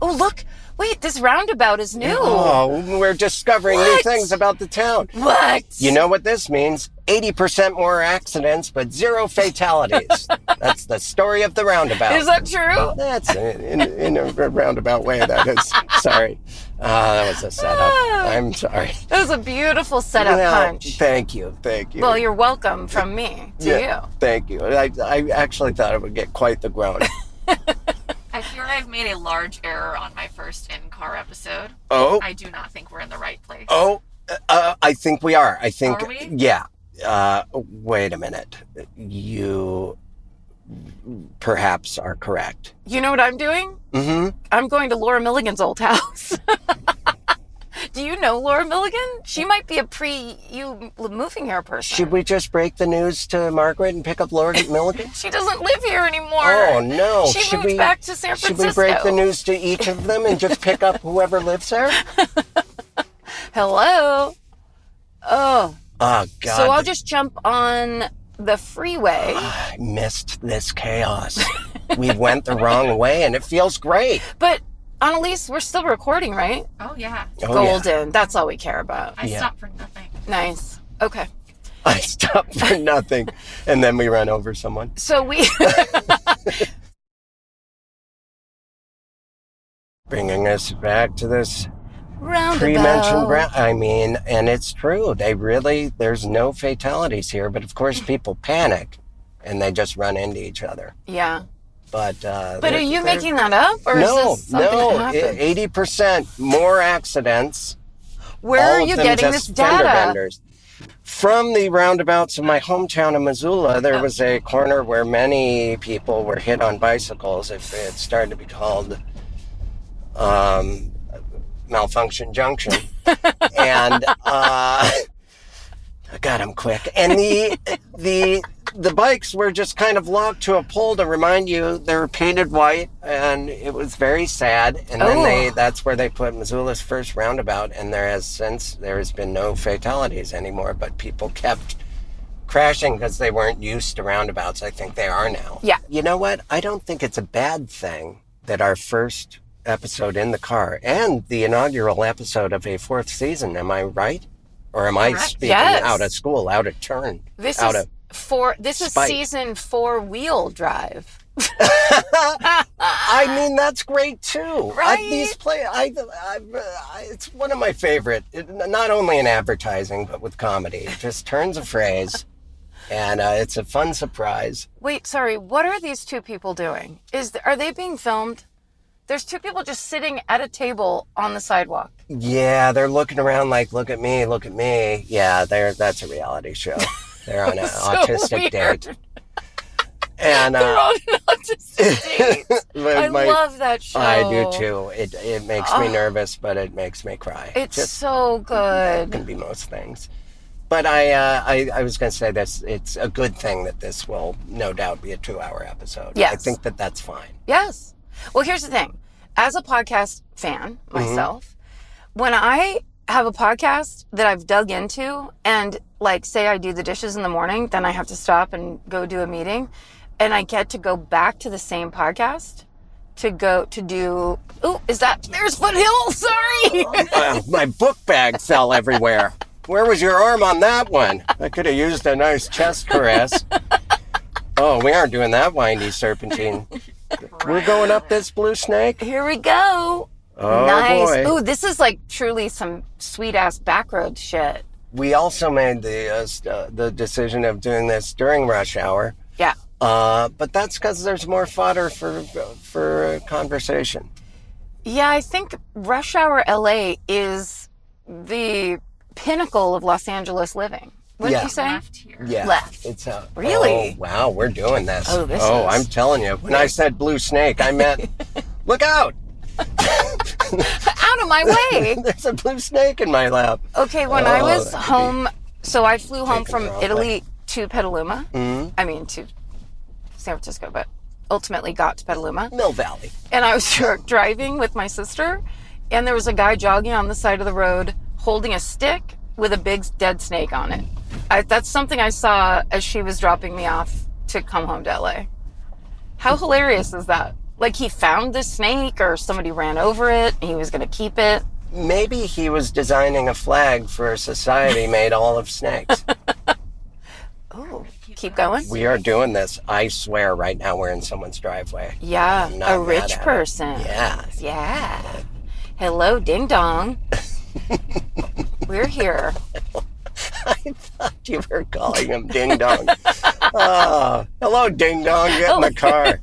[SPEAKER 6] Oh, look. Wait, this roundabout is new.
[SPEAKER 5] Oh, we're discovering
[SPEAKER 6] What?
[SPEAKER 5] new things about the town.
[SPEAKER 6] What?
[SPEAKER 5] You know what this means? 80% more accidents, but zero fatalities. That's the story of the roundabout.
[SPEAKER 6] Is that true?
[SPEAKER 5] That's in, in, in a roundabout way, that is. Sorry. Uh, that was a setup. I'm sorry.
[SPEAKER 6] That was a beautiful setup
[SPEAKER 5] No,
[SPEAKER 6] punch.
[SPEAKER 5] Thank you. Thank you.
[SPEAKER 6] Well, you're welcome from me to you.
[SPEAKER 5] Thank you. I, I actually thought it would get quite the groan.
[SPEAKER 1] I fear I've made a large error on my first in-car episode.
[SPEAKER 5] oh,
[SPEAKER 1] I do not think we're in the right place.
[SPEAKER 5] oh, uh, I think we are. I think,
[SPEAKER 1] Are we?
[SPEAKER 5] yeah. Uh, wait a minute. You perhaps are correct.
[SPEAKER 6] You know what I'm doing?
[SPEAKER 5] hmm
[SPEAKER 6] I'm going to Laura Milligan's old house. Do you know Laura Milligan? She might be a pre you moving here person.
[SPEAKER 5] Should we just break the news to Margaret and pick up Laura Milligan?
[SPEAKER 6] She doesn't live here anymore.
[SPEAKER 5] Oh no!
[SPEAKER 6] She
[SPEAKER 5] should
[SPEAKER 6] moved
[SPEAKER 5] we
[SPEAKER 6] back to San
[SPEAKER 5] Should we break
[SPEAKER 6] Francisco.
[SPEAKER 5] the news to each of them and just pick up whoever lives there?
[SPEAKER 6] Hello.
[SPEAKER 5] Oh
[SPEAKER 6] Oh,
[SPEAKER 5] God!
[SPEAKER 6] so I'll just jump on the freeway.
[SPEAKER 5] I missed this chaos. we went the wrong way, and it feels great.
[SPEAKER 6] But Annalise, we're still recording, right?
[SPEAKER 1] Oh yeah,
[SPEAKER 5] Oh, yeah.
[SPEAKER 6] Golden. That's all we care about.
[SPEAKER 1] I stopped for nothing.
[SPEAKER 6] Nice. Okay.
[SPEAKER 5] I stopped for nothing. And then we run over someone.
[SPEAKER 6] So we
[SPEAKER 5] Bringing us back to this
[SPEAKER 6] roundabout.
[SPEAKER 5] pre mentioned ground. I mean, and it's true. They really, there's no fatalities here. But of course, people panic and they just run into each other.
[SPEAKER 6] Yeah.
[SPEAKER 5] But, uh,
[SPEAKER 6] But
[SPEAKER 5] they're-
[SPEAKER 6] are you
[SPEAKER 5] they're-
[SPEAKER 6] making that up, or
[SPEAKER 5] no,
[SPEAKER 6] is this something that
[SPEAKER 5] no,
[SPEAKER 6] happened?
[SPEAKER 5] eighty percent more accidents.
[SPEAKER 6] Where
[SPEAKER 5] all
[SPEAKER 6] are
[SPEAKER 5] of
[SPEAKER 6] you
[SPEAKER 5] them
[SPEAKER 6] getting this
[SPEAKER 5] just fender
[SPEAKER 6] data?
[SPEAKER 5] benders. From the roundabouts of my hometown of Missoula, there was a corner where many people were hit on bicycles. If it started to be called um, malfunction junction, and uh, God, I'm quick. And the the the bikes were just kind of locked to a pole to remind you they were painted white, and it was very sad. And then
[SPEAKER 6] Oh.
[SPEAKER 5] they that's where they put Missoula's first roundabout, and there has since there has been no fatalities anymore. But people kept crashing because they weren't used to roundabouts. I think they are now.
[SPEAKER 6] Yeah.
[SPEAKER 5] You know what? I don't think it's a bad thing that our first episode in the car and the inaugural episode of a fourth season. Am I right? Or am I
[SPEAKER 1] Correct.
[SPEAKER 5] speaking
[SPEAKER 6] Yes.
[SPEAKER 5] out of school, out of turn?
[SPEAKER 6] This
[SPEAKER 5] out
[SPEAKER 6] is
[SPEAKER 5] of
[SPEAKER 6] four. This
[SPEAKER 5] spite.
[SPEAKER 6] is season four wheel drive.
[SPEAKER 5] I mean, that's great too.
[SPEAKER 6] Right?
[SPEAKER 5] I, these play, I, I, I- it's one of my favorite. It- not only in advertising, but with comedy. It just turns a phrase, and uh, it's a fun surprise.
[SPEAKER 6] Wait, sorry. What are these two people doing? Is th- are they being filmed? There's two people just sitting at a table on the sidewalk.
[SPEAKER 5] Yeah, they're looking around like, look at me, look at me. Yeah, they're that's a reality show. They're on an
[SPEAKER 6] So
[SPEAKER 5] autistic
[SPEAKER 6] weird.
[SPEAKER 5] date. And
[SPEAKER 6] They're
[SPEAKER 5] uh,
[SPEAKER 6] on an autistic date. I love that show.
[SPEAKER 5] I do too. It it makes me
[SPEAKER 6] Oh.
[SPEAKER 5] nervous, but it makes me cry.
[SPEAKER 6] It's
[SPEAKER 5] Just
[SPEAKER 6] so good.
[SPEAKER 5] can be most things. But I, uh, I, I was going to say this. It's a good thing that this will no doubt be a two-hour episode. I
[SPEAKER 6] Yes.
[SPEAKER 5] think that that's fine.
[SPEAKER 6] Yes. Well, here's the thing. As a podcast fan
[SPEAKER 5] Mm-hmm.
[SPEAKER 6] myself, when I have a podcast that I've dug into and like say I do the dishes in the morning, then I have to stop and go do a meeting and I get to go back to the same podcast to go to do Oh, is that there's foothill? Sorry.
[SPEAKER 5] Uh, my book bag fell everywhere. Where was your arm on that one? I could have used a nice chest caress. Oh, we aren't doing that windy serpentine. We're going up this blue snake.
[SPEAKER 6] Here we go.
[SPEAKER 5] Oh
[SPEAKER 6] nice.
[SPEAKER 5] boy!
[SPEAKER 6] Oh, this is like truly some sweet ass backroad shit.
[SPEAKER 5] We also made the uh, s- uh, the decision of doing this during rush hour.
[SPEAKER 6] Yeah.
[SPEAKER 5] Uh, but that's because there's more fodder for for uh, conversation.
[SPEAKER 6] Yeah, I think rush hour LA is the pinnacle of Los Angeles living. Wouldn't
[SPEAKER 5] Yeah.
[SPEAKER 6] you say?
[SPEAKER 1] left here.
[SPEAKER 5] Yeah,
[SPEAKER 6] Left.
[SPEAKER 5] It's a,
[SPEAKER 6] Really?
[SPEAKER 5] Oh, wow, we're doing this.
[SPEAKER 6] Oh, this
[SPEAKER 5] Oh,
[SPEAKER 6] is-
[SPEAKER 5] I'm telling you. When I said blue snake, I meant look out.
[SPEAKER 6] Out of my way.
[SPEAKER 5] There's a blue snake in my lap.
[SPEAKER 6] Okay, when I
[SPEAKER 5] Oh,
[SPEAKER 6] was
[SPEAKER 5] that could
[SPEAKER 6] home, so I flew home
[SPEAKER 5] taken
[SPEAKER 6] from
[SPEAKER 5] the wrong Mm-hmm.
[SPEAKER 6] Italy to Petaluma. I mean, to San Francisco, but ultimately got to Petaluma.
[SPEAKER 5] Mill Valley.
[SPEAKER 6] and I was dr- driving with my sister, and there was a guy jogging on the side of the road holding a stick with a big dead snake on it. I, that's something I saw as she was dropping me off to come home to LA. How hilarious is that? Like he found the snake, or somebody ran over it, and he was going to keep it.
[SPEAKER 5] Maybe he was designing a flag for a society made all of snakes.
[SPEAKER 6] Ooh, keep going.
[SPEAKER 5] we are doing this. I swear right now we're in someone's driveway.
[SPEAKER 6] Yeah,
[SPEAKER 5] I'm not
[SPEAKER 6] a
[SPEAKER 5] mad
[SPEAKER 6] rich
[SPEAKER 5] at it.
[SPEAKER 6] person.
[SPEAKER 5] Yeah.
[SPEAKER 6] Yeah. Hello, ding dong. We're here.
[SPEAKER 5] I thought you were calling him Ding Dong. Ah, hello, Ding Dong. Get
[SPEAKER 6] Oh.
[SPEAKER 5] in the car.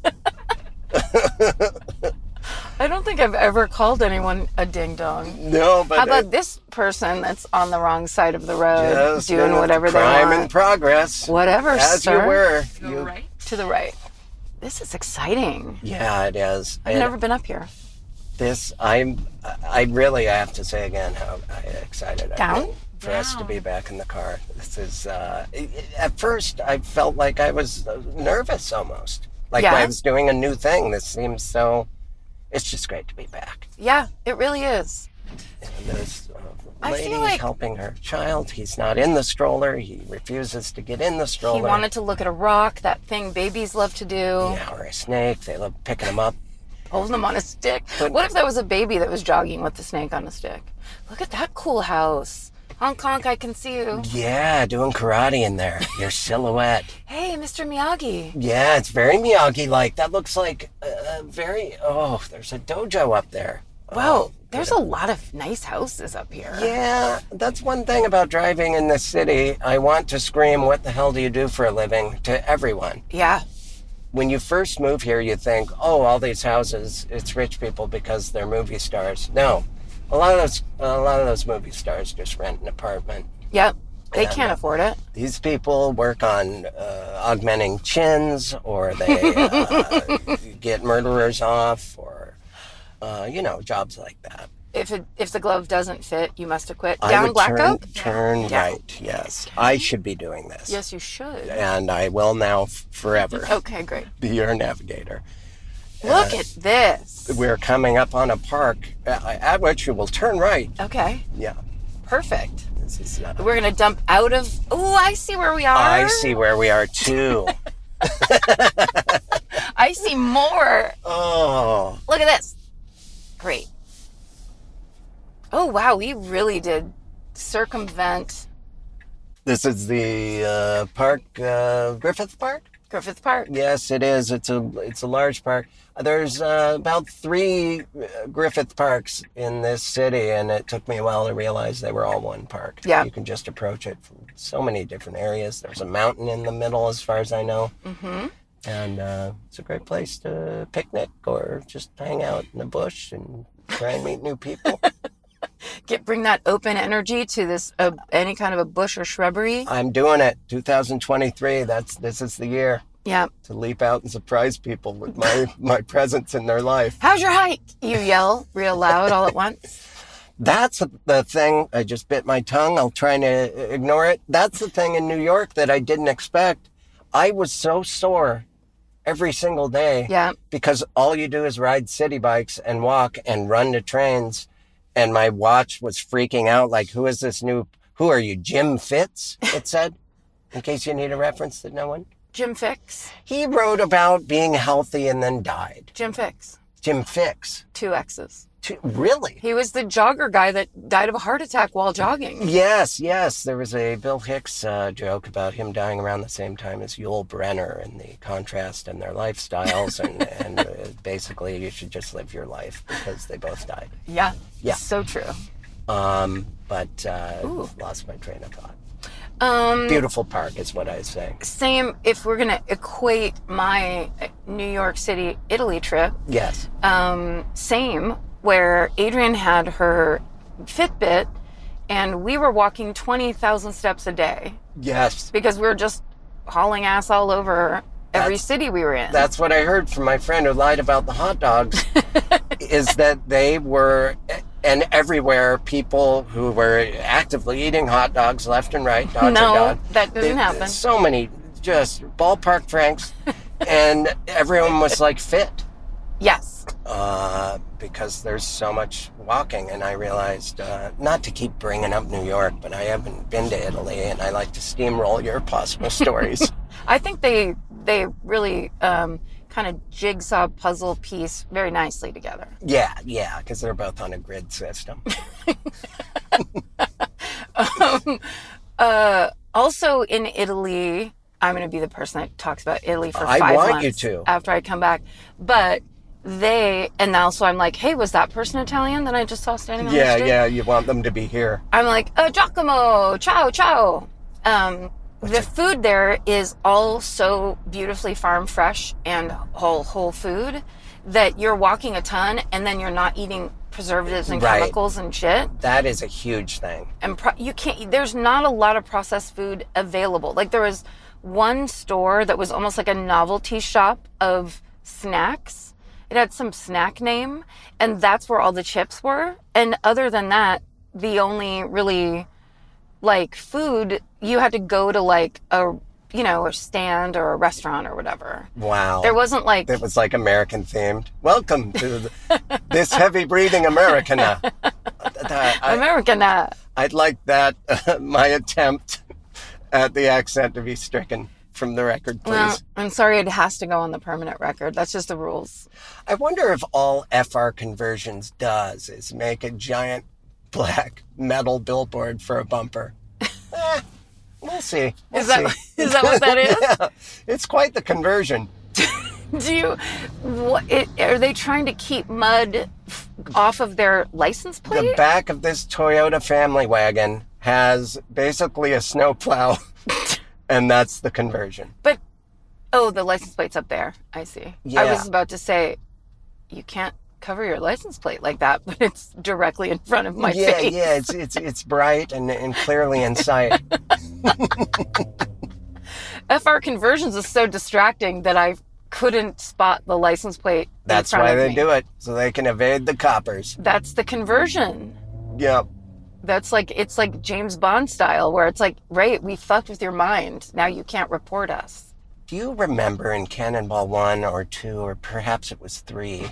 [SPEAKER 6] I don't think I've ever called anyone a ding dong.
[SPEAKER 5] No, but
[SPEAKER 6] How about
[SPEAKER 5] it-
[SPEAKER 6] this person that's on the wrong side of the road
[SPEAKER 5] Yes,
[SPEAKER 6] doing
[SPEAKER 5] no,
[SPEAKER 6] whatever they
[SPEAKER 5] crime
[SPEAKER 6] want?
[SPEAKER 5] in progress.
[SPEAKER 6] whatever,
[SPEAKER 5] As
[SPEAKER 6] sir.
[SPEAKER 5] you were.
[SPEAKER 1] Go
[SPEAKER 5] You-
[SPEAKER 1] right.
[SPEAKER 6] To the right. This is exciting.
[SPEAKER 5] yeah, it is.
[SPEAKER 6] I've
[SPEAKER 5] And
[SPEAKER 6] never been up here.
[SPEAKER 5] this I'm I really have to say again how excited
[SPEAKER 6] Down?
[SPEAKER 5] I've been for us to be back in the car. This is uh, it- it- at first I felt like I was nervous almost, like
[SPEAKER 6] Yeah?
[SPEAKER 5] I was doing a new thing. This seems so. It's just great to be back.
[SPEAKER 6] Yeah, it really is.
[SPEAKER 5] And there's a
[SPEAKER 6] I
[SPEAKER 5] lady
[SPEAKER 6] feel like-
[SPEAKER 5] helping her child. He's not in the stroller. He refuses to get in the stroller.
[SPEAKER 6] He wanted to look at a rock, that thing babies love to do,
[SPEAKER 5] yeah, or a snake. They love picking him up.
[SPEAKER 6] holding them on a stick. what if that was a baby that was jogging with the snake on a stick? Look at that cool house. Hong Kong, I can see you.
[SPEAKER 5] Yeah, doing karate in there. Your silhouette.
[SPEAKER 6] Hey, Mr. Miyagi.
[SPEAKER 5] Yeah, it's very Miyagi like. That looks like uh, very. Oh, there's a dojo up there.
[SPEAKER 6] Wow, Oh, there's a lot of nice houses up here.
[SPEAKER 5] Oh, Yeah, that's one thing about driving in the city. I want to scream, What the hell do you do for a living? to everyone.
[SPEAKER 6] Yeah.
[SPEAKER 5] When you first move here, you think, Oh, all these houses, it's rich people because they're movie stars. No. A lot of those, a lot of those movie stars just rent an apartment.
[SPEAKER 6] Yep. They can't afford it.
[SPEAKER 5] These people work on uh, augmenting chins, or they uh, get murderers off, or uh, you know, jobs like that.
[SPEAKER 6] if it, if the glove doesn't fit, you must acquit.
[SPEAKER 5] I
[SPEAKER 6] Down
[SPEAKER 5] would
[SPEAKER 6] black
[SPEAKER 5] turn,
[SPEAKER 6] oak.
[SPEAKER 5] turn
[SPEAKER 6] Yeah.
[SPEAKER 5] right. Yes, I should be doing this.
[SPEAKER 6] Yes, Oh. you should.
[SPEAKER 5] and I will now f- forever
[SPEAKER 6] Okay, great.
[SPEAKER 5] be your navigator.
[SPEAKER 6] Look at this.
[SPEAKER 5] We're coming up on a park at, at which you will turn right.
[SPEAKER 6] Okay,
[SPEAKER 5] Yeah,
[SPEAKER 6] perfect.
[SPEAKER 5] this is. Uh,
[SPEAKER 6] We're gonna dump out of. Oh, I see where we are.
[SPEAKER 5] I see
[SPEAKER 6] Oh.
[SPEAKER 5] where we are too.
[SPEAKER 6] I see more.
[SPEAKER 5] oh,
[SPEAKER 6] Look at this. Great. Oh wow, we really did circumvent
[SPEAKER 5] this is the uh, park, uh, Griffith Park.
[SPEAKER 6] Griffith Park.
[SPEAKER 5] Yes, it is. It's a it's a large park. There's uh, about three uh, Griffith parks in this city, and it took me a while to realize they were all one park.
[SPEAKER 6] Yeah.
[SPEAKER 5] you can just approach it from so many different areas. There's a mountain in the middle, as far as I know, mm-hmm. and uh, it's a great place to picnic or just hang out in the bush and try and meet new people.
[SPEAKER 6] Get bring that open energy to this uh, any kind of a bush or shrubbery.
[SPEAKER 5] I'm doing it. 2023. That's this is the year
[SPEAKER 6] Yeah.
[SPEAKER 5] to leap out and surprise people with my my presence in their life.
[SPEAKER 6] How's your hike? You yell real loud all at once.
[SPEAKER 5] That's the thing. I just bit my tongue. I'll try to ignore it. That's the thing in New York that I didn't expect. I was so sore every single day
[SPEAKER 6] Yeah.
[SPEAKER 5] because all you do is ride city bikes and walk and run to trains. And my watch was freaking out like, who is this new? Who are you, Jim Fitz? It said, in case you need a reference that no one.
[SPEAKER 6] Jim Fix.
[SPEAKER 5] He wrote about being healthy and then died.
[SPEAKER 6] Jim Fix.
[SPEAKER 5] Jim Fix.
[SPEAKER 6] Two X's.
[SPEAKER 5] T- Really?
[SPEAKER 6] He was the jogger guy that died of a heart attack while jogging.
[SPEAKER 5] Yes, yes. There was a Bill Hicks uh, joke about him dying around the same time as Yul Brenner and the contrast in their lifestyles. And, and uh, basically, you should just live your life because they both died.
[SPEAKER 6] Yeah.
[SPEAKER 5] Yeah.
[SPEAKER 6] So true.
[SPEAKER 5] Um, but uh, lost my train of thought.
[SPEAKER 6] Um.
[SPEAKER 5] Beautiful park is what I was saying.
[SPEAKER 6] Same. If we're gonna equate my uh, New York City, Italy trip,
[SPEAKER 5] Yes.
[SPEAKER 6] um, same where Adrian had her Fitbit, and we were walking twenty thousand steps a day
[SPEAKER 5] Yes.
[SPEAKER 6] because we were just hauling ass all over every
[SPEAKER 5] That's-
[SPEAKER 6] city we were in.
[SPEAKER 5] That's what I heard from my friend who lied about the hot dogs is that they were and everywhere people who were actively eating hot dogs left and right, dog
[SPEAKER 6] No,
[SPEAKER 5] to dog.
[SPEAKER 6] that doesn't happen.
[SPEAKER 5] So many just ballpark franks and everyone was like fit.
[SPEAKER 6] yes.
[SPEAKER 5] Uh, because there's so much walking, and I realized uh, not to keep bringing up New York, but I haven't been to Italy, and I like to steamroll your possible stories.
[SPEAKER 6] I think they they really um, kind of jigsaw puzzle piece very nicely together.
[SPEAKER 5] yeah, yeah, because they're both on a grid system.
[SPEAKER 6] Uh, also in Italy, I'm going to be the person that talks about Italy for
[SPEAKER 5] I
[SPEAKER 6] five
[SPEAKER 5] want
[SPEAKER 6] months
[SPEAKER 5] you to.
[SPEAKER 6] after I come back. But they and also I'm like, hey, was that person Italian that I just saw standing on the
[SPEAKER 5] Yeah,
[SPEAKER 6] street?
[SPEAKER 5] yeah, you want them to be here.
[SPEAKER 6] I'm like, oh, Giacomo, ciao, ciao. Um, the food there is all so beautifully farm fresh and whole whole food that you're walking a ton and then you're not eating preservatives and
[SPEAKER 5] Right.
[SPEAKER 6] chemicals and shit.
[SPEAKER 5] That is a huge thing.
[SPEAKER 6] And pro- you can't. There's not a lot of processed food available. Like there was one store that was almost like a novelty shop of snacks. It had some snack name, and that's where all the chips were. And other than that, the only really like food you had to go to like a you know a stand or a restaurant or whatever.
[SPEAKER 5] Wow.
[SPEAKER 6] There wasn't like
[SPEAKER 5] It was like American themed. Welcome to the, this heavy breathing Americana. I,
[SPEAKER 6] Americana.
[SPEAKER 5] would like that, my attempt at the accent to be stricken from the record, please.
[SPEAKER 6] Well, I'm sorry, it has to go on the permanent record. That's just the rules.
[SPEAKER 5] I wonder if all FR conversions does is make a giant black metal billboard for a bumper. Eh, we'll see. We'll
[SPEAKER 6] Is that
[SPEAKER 5] see.
[SPEAKER 6] is that what that is?
[SPEAKER 5] yeah, it's quite the conversion.
[SPEAKER 6] Do you, what, it, are they trying to keep mud f- off of their license
[SPEAKER 5] the
[SPEAKER 6] plate?
[SPEAKER 5] back of this Toyota family wagon has basically a snowplow, and that's the conversion.
[SPEAKER 6] but oh, the license plate's up there. I see. I
[SPEAKER 5] Yeah.
[SPEAKER 6] was about to say, you can't cover your license plate like that, but it's directly in front of my
[SPEAKER 5] yeah,
[SPEAKER 6] face.
[SPEAKER 5] yeah, it's it's it's bright and, and clearly in sight.
[SPEAKER 6] FR conversions is so distracting that I couldn't spot the license plate. in
[SPEAKER 5] That's
[SPEAKER 6] front
[SPEAKER 5] why
[SPEAKER 6] of
[SPEAKER 5] they
[SPEAKER 6] me.
[SPEAKER 5] do it, so they can evade the coppers.
[SPEAKER 6] That's the conversion.
[SPEAKER 5] Yep.
[SPEAKER 6] That's like it's like James Bond style, where it's like, right, we fucked with your mind. Now you can't report us.
[SPEAKER 5] Do you remember in Cannonball 1 or 2, or perhaps it was 3,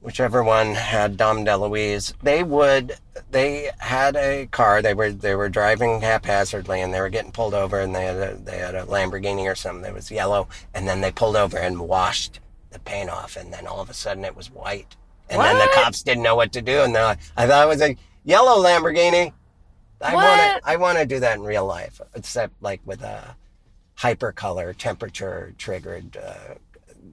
[SPEAKER 5] whichever one had Dom DeLuise, they would, they had a car, they were they were driving haphazardly and they were getting pulled over and they had a, they had a Lamborghini or something that was yellow and then they pulled over and washed the paint off and then all of a sudden it was white. And then the cops didn't know what to do and they're like, I thought it was a yellow Lamborghini. I
[SPEAKER 6] What?
[SPEAKER 5] want to I want to do that in real life, except like with a hypercolor temperature triggered uh,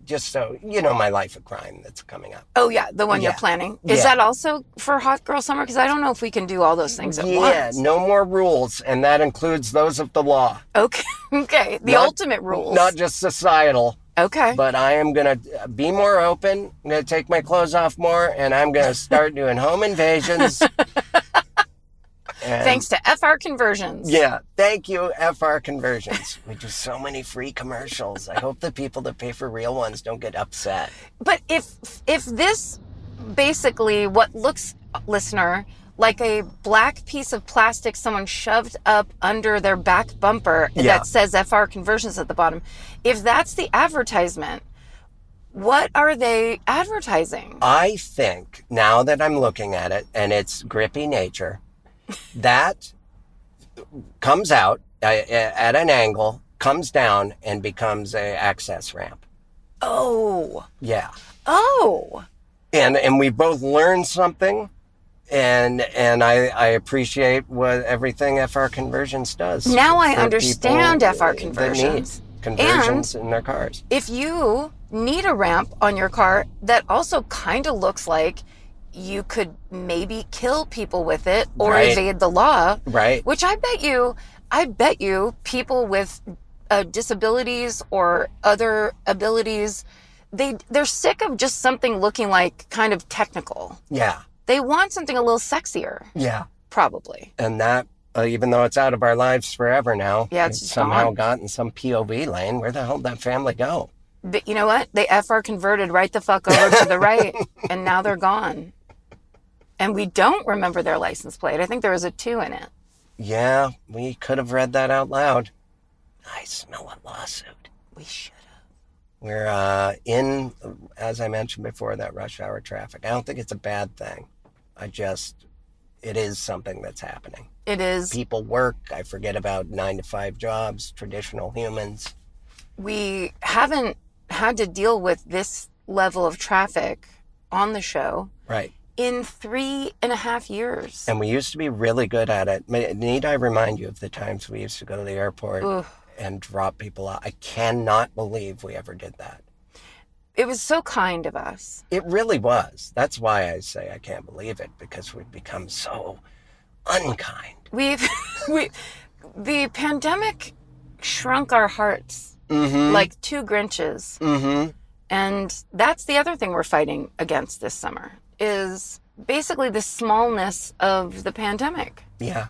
[SPEAKER 5] just so you know my life of crime that's coming up
[SPEAKER 6] Oh yeah, the one you're
[SPEAKER 5] Yeah.
[SPEAKER 6] planning. Is
[SPEAKER 5] Yeah.
[SPEAKER 6] that also for Hot Girl Summer? Because I don't know if we can do all those things at once.
[SPEAKER 5] no more rules and that includes those of the law
[SPEAKER 6] Okay. Okay. The
[SPEAKER 5] Not-
[SPEAKER 6] ultimate rules.
[SPEAKER 5] not just societal
[SPEAKER 6] Okay.
[SPEAKER 5] but I am going to be more open. I'm going to take my clothes off more, and I'm going to start doing home invasions. And-
[SPEAKER 6] Thanks to FR conversions.
[SPEAKER 5] Yeah, thank you, FR Conversions. We do so many free commercials. I hope the people that pay for real ones don't get upset.
[SPEAKER 6] But if if this basically what looks listener like a black piece of plastic someone shoved up under their back bumper
[SPEAKER 5] Yeah.
[SPEAKER 6] that says FR conversions at the bottom, if that's the advertisement, what are they advertising?
[SPEAKER 5] I think now that I'm looking at it and its grippy nature, that comes out uh, at an angle, comes down, and becomes a access ramp.
[SPEAKER 6] Oh.
[SPEAKER 5] Yeah.
[SPEAKER 6] Oh.
[SPEAKER 5] and and we both learned something and and I, I appreciate what everything FR conversions does.
[SPEAKER 6] Now I
[SPEAKER 5] for
[SPEAKER 6] understand
[SPEAKER 5] people
[SPEAKER 6] FR
[SPEAKER 5] that need
[SPEAKER 6] conversions.
[SPEAKER 5] Conversions in their cars.
[SPEAKER 6] if you need a ramp on your car that also kind of looks like you could maybe kill people with it or
[SPEAKER 5] Right.
[SPEAKER 6] evade the law,
[SPEAKER 5] Right.
[SPEAKER 6] which I bet you, I bet you people with uh, disabilities or other abilities, they they're sick of just something looking like kind of technical.
[SPEAKER 5] Yeah.
[SPEAKER 6] They want something a little sexier,
[SPEAKER 5] Yeah.
[SPEAKER 6] probably.
[SPEAKER 5] And that uh, even though it's out of our lives forever now,
[SPEAKER 6] Yeah, it's just
[SPEAKER 5] somehow
[SPEAKER 6] gone.
[SPEAKER 5] got in some POV lane. Where the hell did that family go?
[SPEAKER 6] But you know what? They FR converted right the fuck over to the right, and now they're gone. And we don't remember their license plate. I think there was a two in it.
[SPEAKER 5] Yeah, we could have read that out loud. I smell a lawsuit.
[SPEAKER 6] We should.
[SPEAKER 5] We're uh, in, as I mentioned before, that rush hour traffic. I don't think it's a bad thing. I just, it is something that's happening.
[SPEAKER 6] It is.
[SPEAKER 5] People work. I forget about nine to five jobs, traditional humans.
[SPEAKER 6] We haven't had to deal with this level of traffic on the show
[SPEAKER 5] Right.
[SPEAKER 6] in three and a half years.
[SPEAKER 5] And we used to be really good at it. May- Need I remind you of the times we used to go to the airport
[SPEAKER 6] Ugh.
[SPEAKER 5] and drop people off? I cannot believe we ever did that.
[SPEAKER 6] It was so kind of us.
[SPEAKER 5] It really was. That's why I say I can't believe it because we've become so unkind.
[SPEAKER 6] We've, we, the pandemic shrunk our hearts
[SPEAKER 5] Mm-hmm.
[SPEAKER 6] like two Grinches.
[SPEAKER 5] mm-hmm.
[SPEAKER 6] And that's the other thing we're fighting against this summer is basically the smallness of the pandemic.
[SPEAKER 5] Yeah,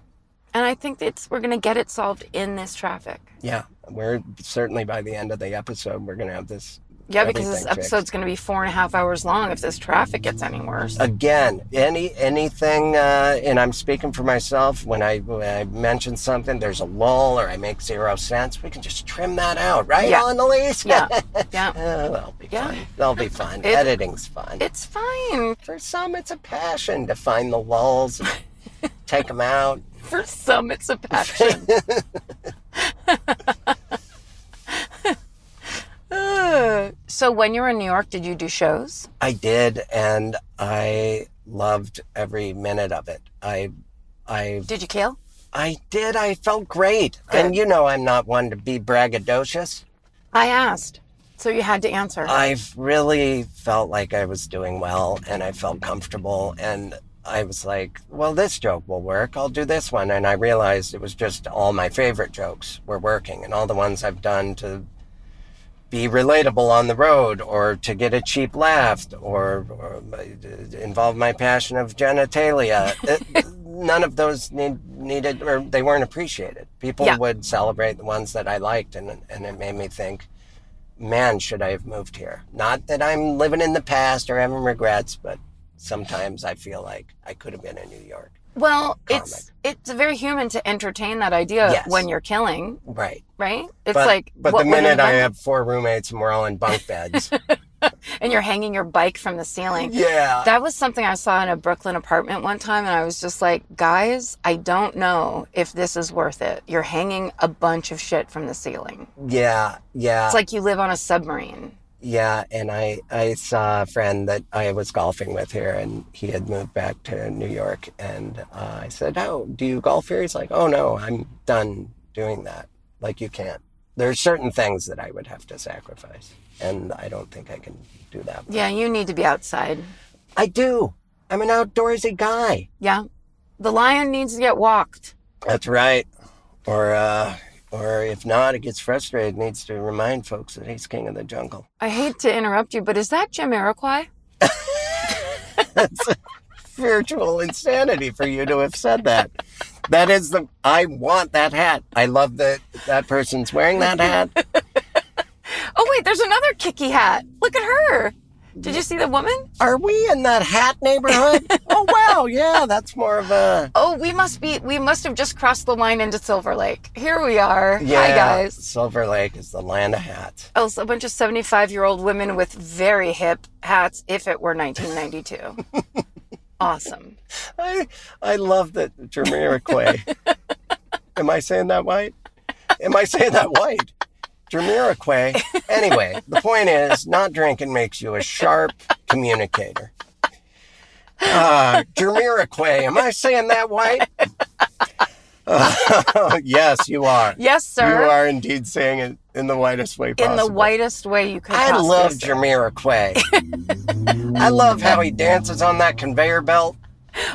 [SPEAKER 6] And I think it's we're going to get it solved in this traffic.
[SPEAKER 5] yeah. We're certainly by the end of the episode, we're going to have this
[SPEAKER 6] Yeah, because this
[SPEAKER 5] Everything fixed.
[SPEAKER 6] episode's going to be four and a half hours long if this traffic gets any worse.
[SPEAKER 5] again. Any anything, uh, and I'm speaking for myself. When I when I mention something, there's a lull or I make zero sense. We can just trim that out, right,
[SPEAKER 6] Yeah.
[SPEAKER 5] Annalise?
[SPEAKER 6] yeah, yeah.
[SPEAKER 5] Uh, that'll be
[SPEAKER 6] Yeah.
[SPEAKER 5] fun. That'll be fun.
[SPEAKER 6] It-
[SPEAKER 5] Editing's fun.
[SPEAKER 6] It's fine.
[SPEAKER 5] for some, it's a passion to find the lulls, and take them out.
[SPEAKER 6] For some, it's a passion. Ugh. so when you were in New York, did you do shows?
[SPEAKER 5] I did, and I loved every minute of it. I, I
[SPEAKER 6] Did you kill?
[SPEAKER 5] I did. I felt great. And you know, I'm not one to be braggadocious.
[SPEAKER 6] I asked. So you had to answer.
[SPEAKER 5] I've really felt like I was doing well and I felt comfortable. And I was like, well, this joke will work. I'll do this one. And I realized it was just all my favorite jokes were working and all the ones I've done to be relatable on the road or to get a cheap laugh or, or uh, involve my passion of genitalia. It- none of those need, needed or they weren't appreciated. People
[SPEAKER 6] Yeah.
[SPEAKER 5] would celebrate the ones that I liked and, and it made me think, man, should I have moved here? Not that I'm living in the past or having regrets, but sometimes I feel like I could have been in New York.
[SPEAKER 6] Well, it's it's very human to entertain that idea
[SPEAKER 5] Yes.
[SPEAKER 6] when you're killing,
[SPEAKER 5] Right.
[SPEAKER 6] right? It's
[SPEAKER 5] but,
[SPEAKER 6] like
[SPEAKER 5] but
[SPEAKER 6] what
[SPEAKER 5] the
[SPEAKER 6] women
[SPEAKER 5] minute I
[SPEAKER 6] want.
[SPEAKER 5] have four roommates and we're all in bunk beds,
[SPEAKER 6] and you're hanging your bike from the ceiling.
[SPEAKER 5] yeah,
[SPEAKER 6] That was something I saw in a Brooklyn apartment one time, and I was just like, guys, I don't know if this is worth it. You're hanging a bunch of shit from the ceiling.
[SPEAKER 5] yeah, yeah.
[SPEAKER 6] It's like you live on a submarine.
[SPEAKER 5] Yeah, and I I saw a friend that I was golfing with here, and he had moved back to New York, and uh, I said, "Oh, do you golf here?" He's like, "Oh no, I'm done doing that. Like you can't. There's certain things that I would have to sacrifice, and I don't think I can do that.
[SPEAKER 6] Yeah, you need to be outside.
[SPEAKER 5] I do. I'm an outdoorsy guy.
[SPEAKER 6] Yeah. The lion needs to get walked.
[SPEAKER 5] That's right. Or uh, Or if not, it gets frustrated, needs to remind folks that he's king of the jungle.
[SPEAKER 6] I hate to interrupt you, but is that Jim Iroquois?
[SPEAKER 5] Virtual insanity for you to have said that. That is the I want that hat. I love that that person's wearing that hat.
[SPEAKER 6] Oh wait, there's another Kiki hat. Look at her. Did you see the woman?
[SPEAKER 5] Are we in that hat neighborhood? Oh wow, yeah, that's more of a
[SPEAKER 6] Oh, we must be. We must have just crossed the line into Silver Lake. Here we are.
[SPEAKER 5] yeah.
[SPEAKER 6] Hi guys.
[SPEAKER 5] Silver Lake is the land of hats.
[SPEAKER 6] Oh, it's a bunch of 75 year old women with very hip hats. If it were 1992. awesome.
[SPEAKER 5] I I love that Jamiroquai. Am I saying that right? Am I saying that white? Jamiroquai. Anyway, the point is, not drinking makes you a sharp communicator. Uh, Jamiroquai. Am I saying that white? Oh, yes, you are.
[SPEAKER 6] Yes, sir.
[SPEAKER 5] You are indeed saying it in the whitest way
[SPEAKER 6] In
[SPEAKER 5] possible.
[SPEAKER 6] the whitest way you could.
[SPEAKER 5] I
[SPEAKER 6] possibly
[SPEAKER 5] love
[SPEAKER 6] say.
[SPEAKER 5] Jamiroquai. I love how he dances on that conveyor belt.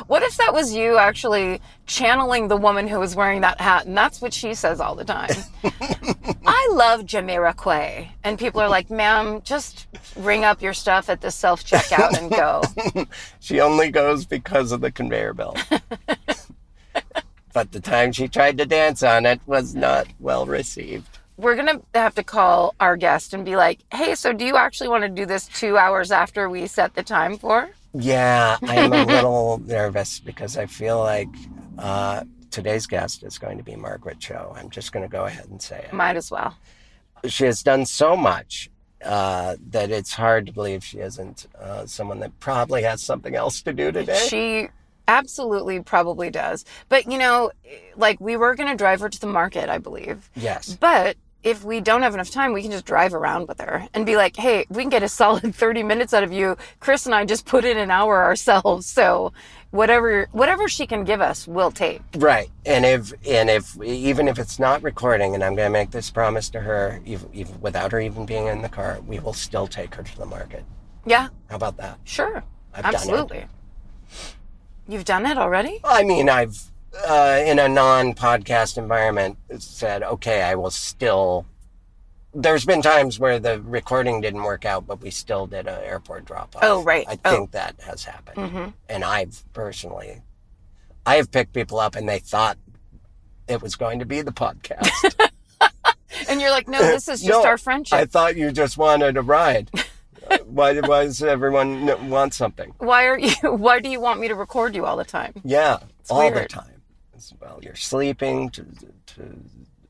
[SPEAKER 6] What if that was you actually channeling the woman who was wearing that hat? And that's what she says all the time. I love Jamiroquai. And people are like, ma'am, just ring up your stuff at the self checkout and go.
[SPEAKER 5] She only goes because of the conveyor belt. but the time she tried to dance on it was not well received.
[SPEAKER 6] We're going to have to call our guest and be like, hey, so do you actually want to do this two hours after we set the time for?
[SPEAKER 5] Yeah, I'm a little nervous because I feel like uh, today's guest is going to be Margaret Cho. I'm just going to go ahead and say
[SPEAKER 6] Might as well.
[SPEAKER 5] it. She has done so much uh, that it's hard to believe she isn't uh, someone that probably has something else to do today.
[SPEAKER 6] She absolutely probably does. But, you know, like we were going to drive her to the market, I believe.
[SPEAKER 5] yes.
[SPEAKER 6] But if we don't have enough time, we can just drive around with her and be like, hey, we can get a solid 30 minutes out of you. Chris and I just put in an hour ourselves. So whatever whatever she can give us, we'll take.
[SPEAKER 5] Right, and if and if even if it's not recording, and I'm going to make this promise to her, even, even without her even being in the car, we will still take her to the market.
[SPEAKER 6] Yeah,
[SPEAKER 5] How about that?
[SPEAKER 6] sure.
[SPEAKER 5] I've done it.
[SPEAKER 6] Absolutely. You've done it already?
[SPEAKER 5] I mean, I've uh, in a non-podcast environment said, okay, I will still. There's been times where the recording didn't work out, but we still did an airport drop off.
[SPEAKER 6] Oh, right.
[SPEAKER 5] I
[SPEAKER 6] Oh. Mm-hmm.
[SPEAKER 5] think that has happened, and I've personally, I have picked people up, and they thought it was going to be the podcast.
[SPEAKER 6] And you're like, no, this is just
[SPEAKER 5] No,
[SPEAKER 6] our friendship.
[SPEAKER 5] I thought you just wanted a ride. Uh, why, why does everyone n- want something?
[SPEAKER 6] why are you why do you want me to record you all the time?
[SPEAKER 5] Yeah, all the
[SPEAKER 6] weird.
[SPEAKER 5] time. As well, you're sleeping to, to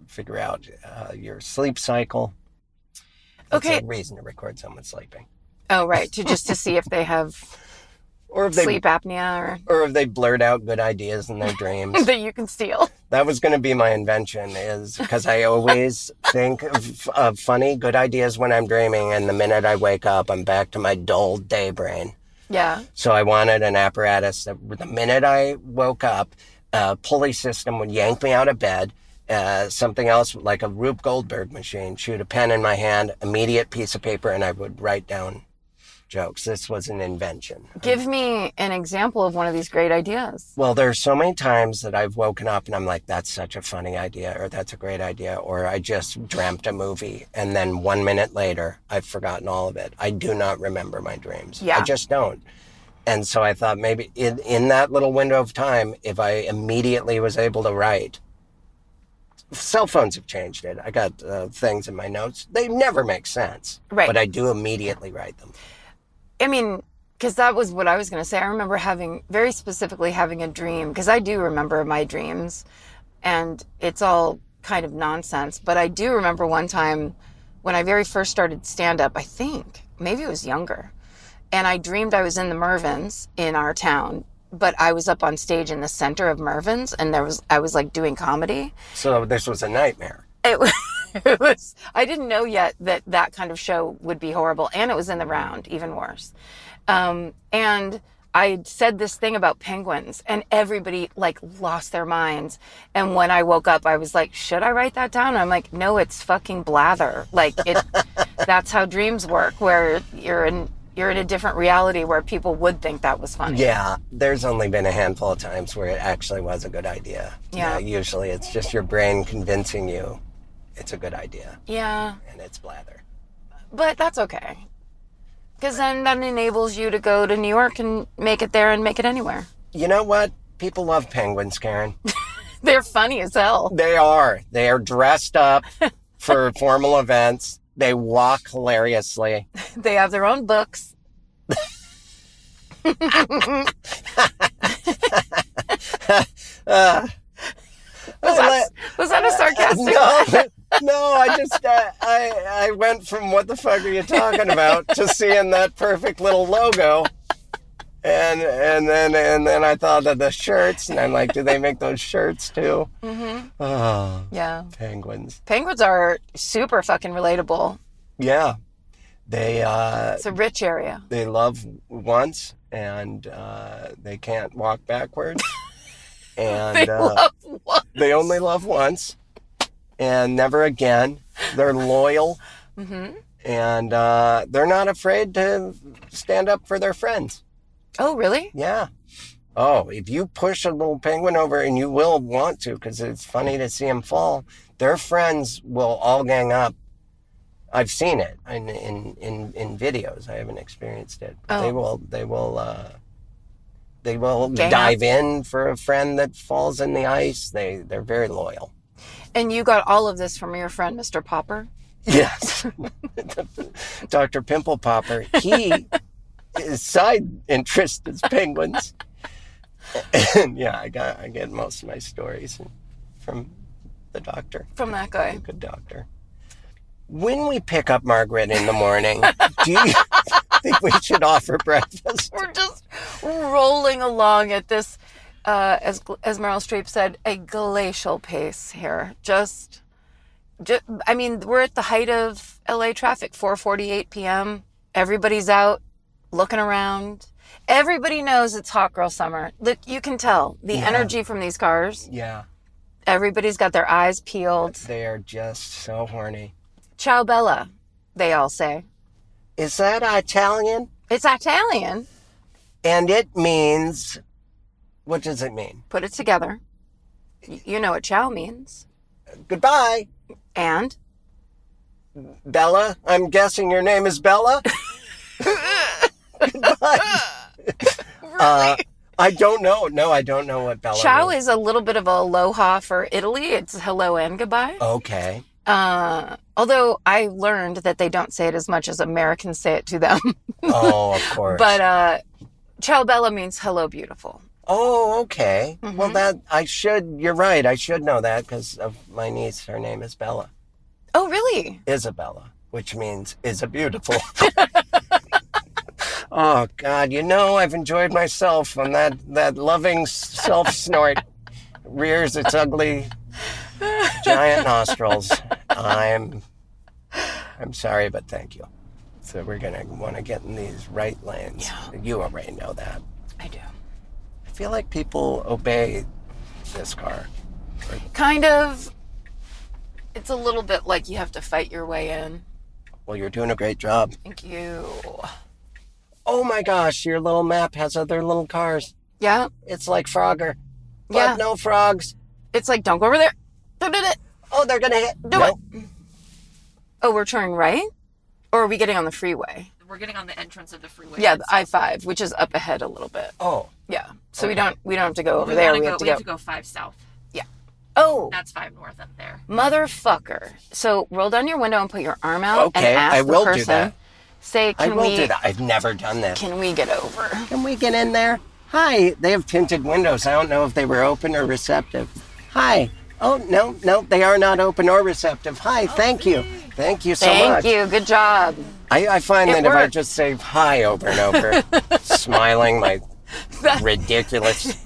[SPEAKER 5] figure out uh, your sleep cycle. That's
[SPEAKER 6] Okay.
[SPEAKER 5] a reason to record someone sleeping.
[SPEAKER 6] Oh right, to just to see if they have
[SPEAKER 5] Or if they
[SPEAKER 6] sleep apnea or
[SPEAKER 5] or if they blurt out good ideas in their dreams.
[SPEAKER 6] that you can steal.
[SPEAKER 5] that was going to be my invention is because I always think of, of funny good ideas when I'm dreaming and the minute I wake up I'm back to my dull day brain.
[SPEAKER 6] Yeah.
[SPEAKER 5] So I wanted an apparatus that the minute I woke up, a pulley system would yank me out of bed. Uh, something else like a Rube Goldberg machine, shoot a pen in my hand, immediate piece of paper, and I would write down jokes. This was an invention.
[SPEAKER 6] Give me an example of one of these great ideas.
[SPEAKER 5] Well, there are so many times that I've woken up and I'm like, that's such a funny idea, or that's a great idea, or I just dreamt a movie. And then one minute later, I've forgotten all of it. I do not remember my dreams. I
[SPEAKER 6] Yeah.
[SPEAKER 5] just don't. And so I thought maybe in, in that little window of time, if I immediately was able to write, cell phones have changed it. I got uh, things in my notes. They never make sense.
[SPEAKER 6] Right.
[SPEAKER 5] But I do immediately write them.
[SPEAKER 6] I mean, because that was what I was going to say. I remember having very specifically having a dream because I do remember my dreams, and it's all kind of nonsense. But I do remember one time when I very first started stand up. I think maybe it was younger, and I dreamed I was in the Mervins in our town. But I was up on stage in the center of Mervin's, and there was I was like doing comedy,
[SPEAKER 5] So this was a nightmare.
[SPEAKER 6] it was, it was i didn't know yet that that kind of show would be horrible and it was in the round even worse um, and i had said this thing about penguins and everybody like lost their minds and when i woke up i was like should i write that down i'm like no it's fucking blather like it that's how dreams work where you're in you're in a different reality where people would think that was funny
[SPEAKER 5] Yeah, there's only been a handful of times where it actually was a good idea.
[SPEAKER 6] Yeah.
[SPEAKER 5] usually it's just your brain convincing you it's a good idea
[SPEAKER 1] Yeah.
[SPEAKER 5] and it's blather.
[SPEAKER 1] But that's okay. Because then that enables you to go to New York and make it there and make it anywhere.
[SPEAKER 5] You know what? People love penguins, Karen.
[SPEAKER 1] They're funny as hell.
[SPEAKER 5] They are. They are dressed up for formal events. They walk hilariously.
[SPEAKER 1] They have their own books.
[SPEAKER 5] Uh,
[SPEAKER 1] Was that, was that a sarcastic?
[SPEAKER 5] no, no, I just uh, I I went from what the fuck are you talking about to seeing that perfect little logo. And and then and then I thought of the shirts, and I'm like, do they make those shirts too?
[SPEAKER 1] Mm-hmm.
[SPEAKER 5] Oh,
[SPEAKER 1] Yeah.
[SPEAKER 5] penguins.
[SPEAKER 1] Penguins are super fucking relatable.
[SPEAKER 5] Yeah, they uh,
[SPEAKER 1] It's a rich area.
[SPEAKER 5] they love once and uh, they can't walk backwards. and
[SPEAKER 1] They
[SPEAKER 5] uh,
[SPEAKER 1] love what?
[SPEAKER 5] they only love once and never again. They're loyal
[SPEAKER 1] Mm-hmm.
[SPEAKER 5] and uh, they're not afraid to stand up for their friends.
[SPEAKER 1] Oh, really?
[SPEAKER 5] Yeah. Oh, if you push a little penguin over, and you will want to because it's funny to see him fall, their friends will all gang up. I've seen it in in in, in videos. I haven't experienced it.
[SPEAKER 1] Oh.
[SPEAKER 5] They will they will uh, they will
[SPEAKER 1] Gang up?
[SPEAKER 5] dive in for a friend that falls in the ice. They they're very loyal.
[SPEAKER 1] And you got all of this from your friend, Mr. Popper?
[SPEAKER 5] Yes. Dr. Pimple Popper, he his side interest is penguins. And yeah, I got I get most of my stories from the doctor.
[SPEAKER 1] From that
[SPEAKER 5] A
[SPEAKER 1] guy.
[SPEAKER 5] good doctor. When we pick up Margaret in the morning, do you think we should offer breakfast?
[SPEAKER 1] We're just rolling along at this, uh, as, as Meryl Streep said, a glacial pace here. Just, just, I mean, we're at the height of LA traffic, 4.48 p.m. Everybody's out looking around. Everybody knows it's hot girl summer. Look, you can tell the
[SPEAKER 5] Yeah.
[SPEAKER 1] energy from these cars.
[SPEAKER 5] Yeah,
[SPEAKER 1] Everybody's got their eyes peeled.
[SPEAKER 5] they are just so horny.
[SPEAKER 1] Ciao Bella, they all say.
[SPEAKER 5] Is that Italian?
[SPEAKER 1] It's Italian.
[SPEAKER 5] And it means what does it mean?
[SPEAKER 1] Put it together. Y- You know what ciao means.
[SPEAKER 5] Goodbye.
[SPEAKER 1] And
[SPEAKER 5] Bella, I'm guessing your name is Bella. Goodbye. Uh, I don't know. No, I don't know what Bella.
[SPEAKER 1] ciao
[SPEAKER 5] means.
[SPEAKER 1] is a little bit of a aloha for Italy. It's hello and
[SPEAKER 5] Oh.
[SPEAKER 1] goodbye.
[SPEAKER 5] okay.
[SPEAKER 1] Uh, although I learned that they don't say it as much as Americans say it to them.
[SPEAKER 5] Oh, of course.
[SPEAKER 1] but uh, ciao Bella means hello beautiful.
[SPEAKER 5] oh, okay. Well,
[SPEAKER 1] Mhm.
[SPEAKER 5] that I should. You're right. I should know that because of my niece. Her name is Bella,
[SPEAKER 1] Oh, really?
[SPEAKER 5] Isabella, which means is a beautiful. oh God, you know I've enjoyed myself when that that loving self snort rears its ugly giant nostrils. I'm I'm sorry, but thank you. So we're gonna want to get in these right lanes. You already know that.
[SPEAKER 1] I do.
[SPEAKER 5] I feel like people obey this car.
[SPEAKER 1] Kind of. It's a little bit like you have to fight your way in.
[SPEAKER 5] Well, you're doing a great job.
[SPEAKER 1] Thank you.
[SPEAKER 5] Oh my gosh, your little map has other little cars.
[SPEAKER 1] Yeah.
[SPEAKER 5] It's like Frogger, but
[SPEAKER 1] Yeah.
[SPEAKER 5] no frogs.
[SPEAKER 1] It's like, don't go over there. Da-da-da.
[SPEAKER 5] Oh, they're gonna hit.
[SPEAKER 1] Do
[SPEAKER 5] Nope.
[SPEAKER 1] Oh, we're turning right? Or are we getting on the freeway?
[SPEAKER 7] We're getting on the entrance of the freeway.
[SPEAKER 1] Yeah, the I five, which is up ahead a little bit.
[SPEAKER 5] Oh,
[SPEAKER 1] Yeah. So we don't we don't have to go over
[SPEAKER 7] we
[SPEAKER 1] there.
[SPEAKER 7] wanna
[SPEAKER 1] We
[SPEAKER 7] go,
[SPEAKER 1] have to
[SPEAKER 7] we
[SPEAKER 1] go.
[SPEAKER 7] have to go five south.
[SPEAKER 1] Oh
[SPEAKER 7] That's five north up there.
[SPEAKER 1] motherfucker. So roll down your window and put your arm out
[SPEAKER 5] Okay,
[SPEAKER 1] and ask
[SPEAKER 5] I will
[SPEAKER 1] the
[SPEAKER 5] do
[SPEAKER 1] person.
[SPEAKER 5] that.
[SPEAKER 1] Say,
[SPEAKER 5] I
[SPEAKER 1] can
[SPEAKER 5] will
[SPEAKER 1] we
[SPEAKER 5] do that. I've never done that.
[SPEAKER 1] can we get over?
[SPEAKER 5] Can we get in there? Hi, they have tinted windows. I don't know if they were open or receptive. Hi. Oh, no, no, they are not open or receptive. Hi, thank you. Thank you so
[SPEAKER 1] Oh, Thank
[SPEAKER 5] much.
[SPEAKER 1] you. Good job.
[SPEAKER 5] I, I find
[SPEAKER 1] It
[SPEAKER 5] that if I
[SPEAKER 1] worked.
[SPEAKER 5] just say hi over and over, smiling my
[SPEAKER 1] That-
[SPEAKER 5] ridiculous.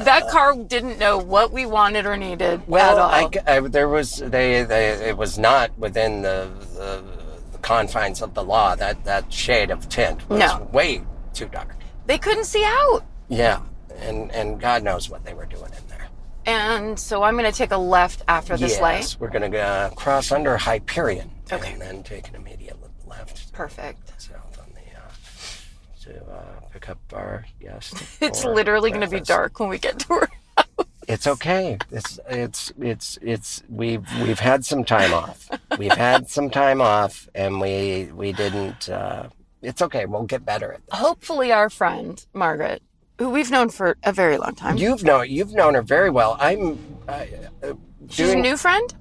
[SPEAKER 1] that car didn't know what we wanted or needed at
[SPEAKER 5] Well,
[SPEAKER 1] all.
[SPEAKER 5] I, c- I- there was, they, they, it was not within the, the, the confines of the law. That, that shade of tint was
[SPEAKER 1] No.
[SPEAKER 5] way too dark.
[SPEAKER 1] they couldn't see out.
[SPEAKER 5] Yeah. And, and God knows what they were doing in there.
[SPEAKER 1] And so I'm gonna take a left after this
[SPEAKER 5] yes,
[SPEAKER 1] light.
[SPEAKER 5] we're going to uh, cross under Hyperion
[SPEAKER 1] Okay.
[SPEAKER 5] and then take an immediate le- left
[SPEAKER 1] Perfect.
[SPEAKER 5] south on the uh, to uh, pick up our guest.
[SPEAKER 1] It's
[SPEAKER 5] for
[SPEAKER 1] literally gonna be
[SPEAKER 5] breakfast.
[SPEAKER 1] dark when we get to her.
[SPEAKER 5] It's okay. It's it's it's it's we've we've had some time off. We've had some time off, and we we didn't. Uh, it's okay. We'll get better at this.
[SPEAKER 6] Hopefully, our friend Margaret, who we've known for a very long
[SPEAKER 1] Um,
[SPEAKER 6] time,
[SPEAKER 5] You've known you've known her very well. I'm. Uh, uh,
[SPEAKER 6] she's a
[SPEAKER 5] doing-
[SPEAKER 6] new friend.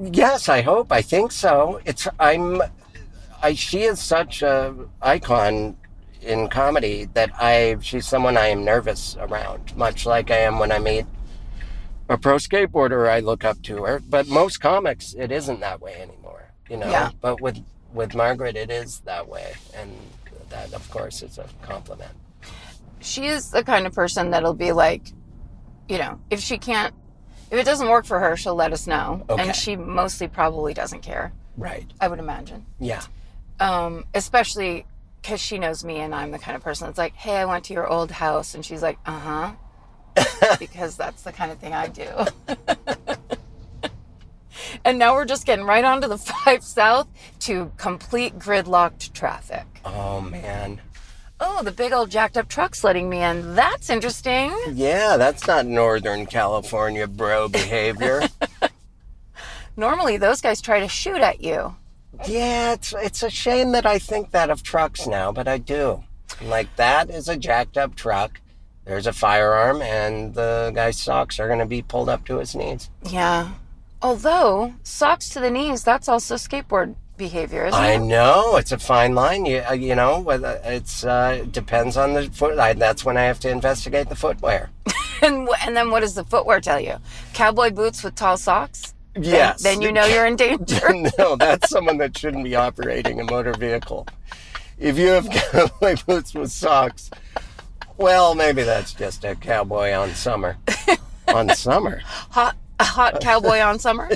[SPEAKER 5] Yes, I hope. I think so. It's I'm. I she is such a icon in comedy that I she's someone I am nervous around, much like I am when I meet a pro skateboarder. I look up to her, but most comics it isn't that way anymore. You know.
[SPEAKER 6] Yeah.
[SPEAKER 5] But with with Margaret, it is that way, and that of course is a compliment.
[SPEAKER 6] She is the kind of person that'll be like, you know, if she can't, if it doesn't work for her, she'll let us know,
[SPEAKER 5] Okay.
[SPEAKER 6] and she mostly probably doesn't care.
[SPEAKER 5] Right.
[SPEAKER 6] I would imagine.
[SPEAKER 5] Yeah.
[SPEAKER 6] um, especially because she knows me and I'm the kind of person that's like, hey, I went to your old house. And she's like, uh huh. because that's the kind of thing I do. and now we're just getting right onto the 5 South to complete gridlocked traffic.
[SPEAKER 5] Oh man.
[SPEAKER 6] Oh, the big old jacked up truck's letting me in. That's interesting.
[SPEAKER 5] Yeah, that's not Northern California bro behavior.
[SPEAKER 6] Normally, those guys try to shoot at you.
[SPEAKER 5] Yeah, it's it's a shame that I think that of trucks now, but I do. I'm Like that is a jacked up truck. There's a firearm, and the guy's socks are going to be pulled up to his knees.
[SPEAKER 6] Yeah. Although, socks to the knees, that's also skateboard behavior, isn't
[SPEAKER 5] I
[SPEAKER 6] it?
[SPEAKER 5] know it's a fine line. You uh, you know whether it's uh, it depends on the foot. I, that's when I have to investigate the footwear.
[SPEAKER 6] And, wh- and then what does the footwear tell you? Cowboy boots with tall socks?
[SPEAKER 5] Yes.
[SPEAKER 6] Then you know you're in danger.
[SPEAKER 5] no, that's someone that shouldn't be operating a motor vehicle. If you have cowboy boots with socks, well, maybe that's just a cowboy on summer. on summer.
[SPEAKER 6] Hot, a hot cowboy on summer.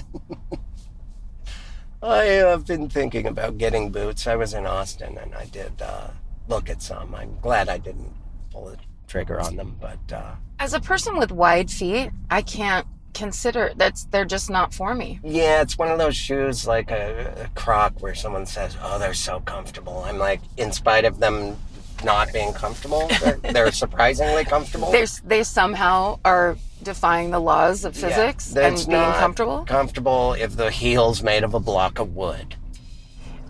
[SPEAKER 5] I have been thinking about getting boots. I was in Austin and I did uh, look at some. I'm glad I didn't pull the trigger on them, but uh,
[SPEAKER 6] As a person with wide feet, I can't consider that's they're just not for me.
[SPEAKER 5] yeah, it's one of those shoes like a, a croc where someone says, oh, they're so comfortable. I'm like, in spite of them not being comfortable, they're, they're surprisingly comfortable.
[SPEAKER 6] They they somehow are defying the laws of physics and
[SPEAKER 5] That's
[SPEAKER 6] being
[SPEAKER 5] not
[SPEAKER 6] comfortable.
[SPEAKER 5] Comfortable if the heel's made of a block of wood.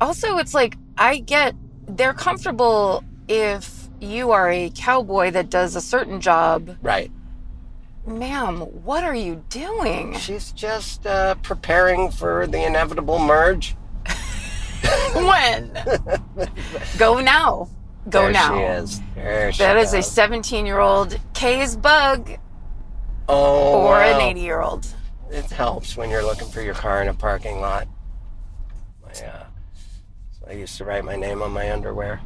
[SPEAKER 6] Also, it's like I get they're comfortable if you are a cowboy that does a certain job.
[SPEAKER 5] Right.
[SPEAKER 6] Ma'am, what are you doing?
[SPEAKER 5] She's just uh, preparing for the inevitable merge.
[SPEAKER 6] When? Go now. Go
[SPEAKER 5] there
[SPEAKER 6] now.
[SPEAKER 5] she is. There she
[SPEAKER 6] That is a
[SPEAKER 5] goes.
[SPEAKER 6] 17 year old K's bug
[SPEAKER 5] oh,
[SPEAKER 6] or an
[SPEAKER 5] wow.
[SPEAKER 6] 80 year old.
[SPEAKER 5] It helps when you're looking for your car in a parking lot. I, uh, I used to write my name on my underwear.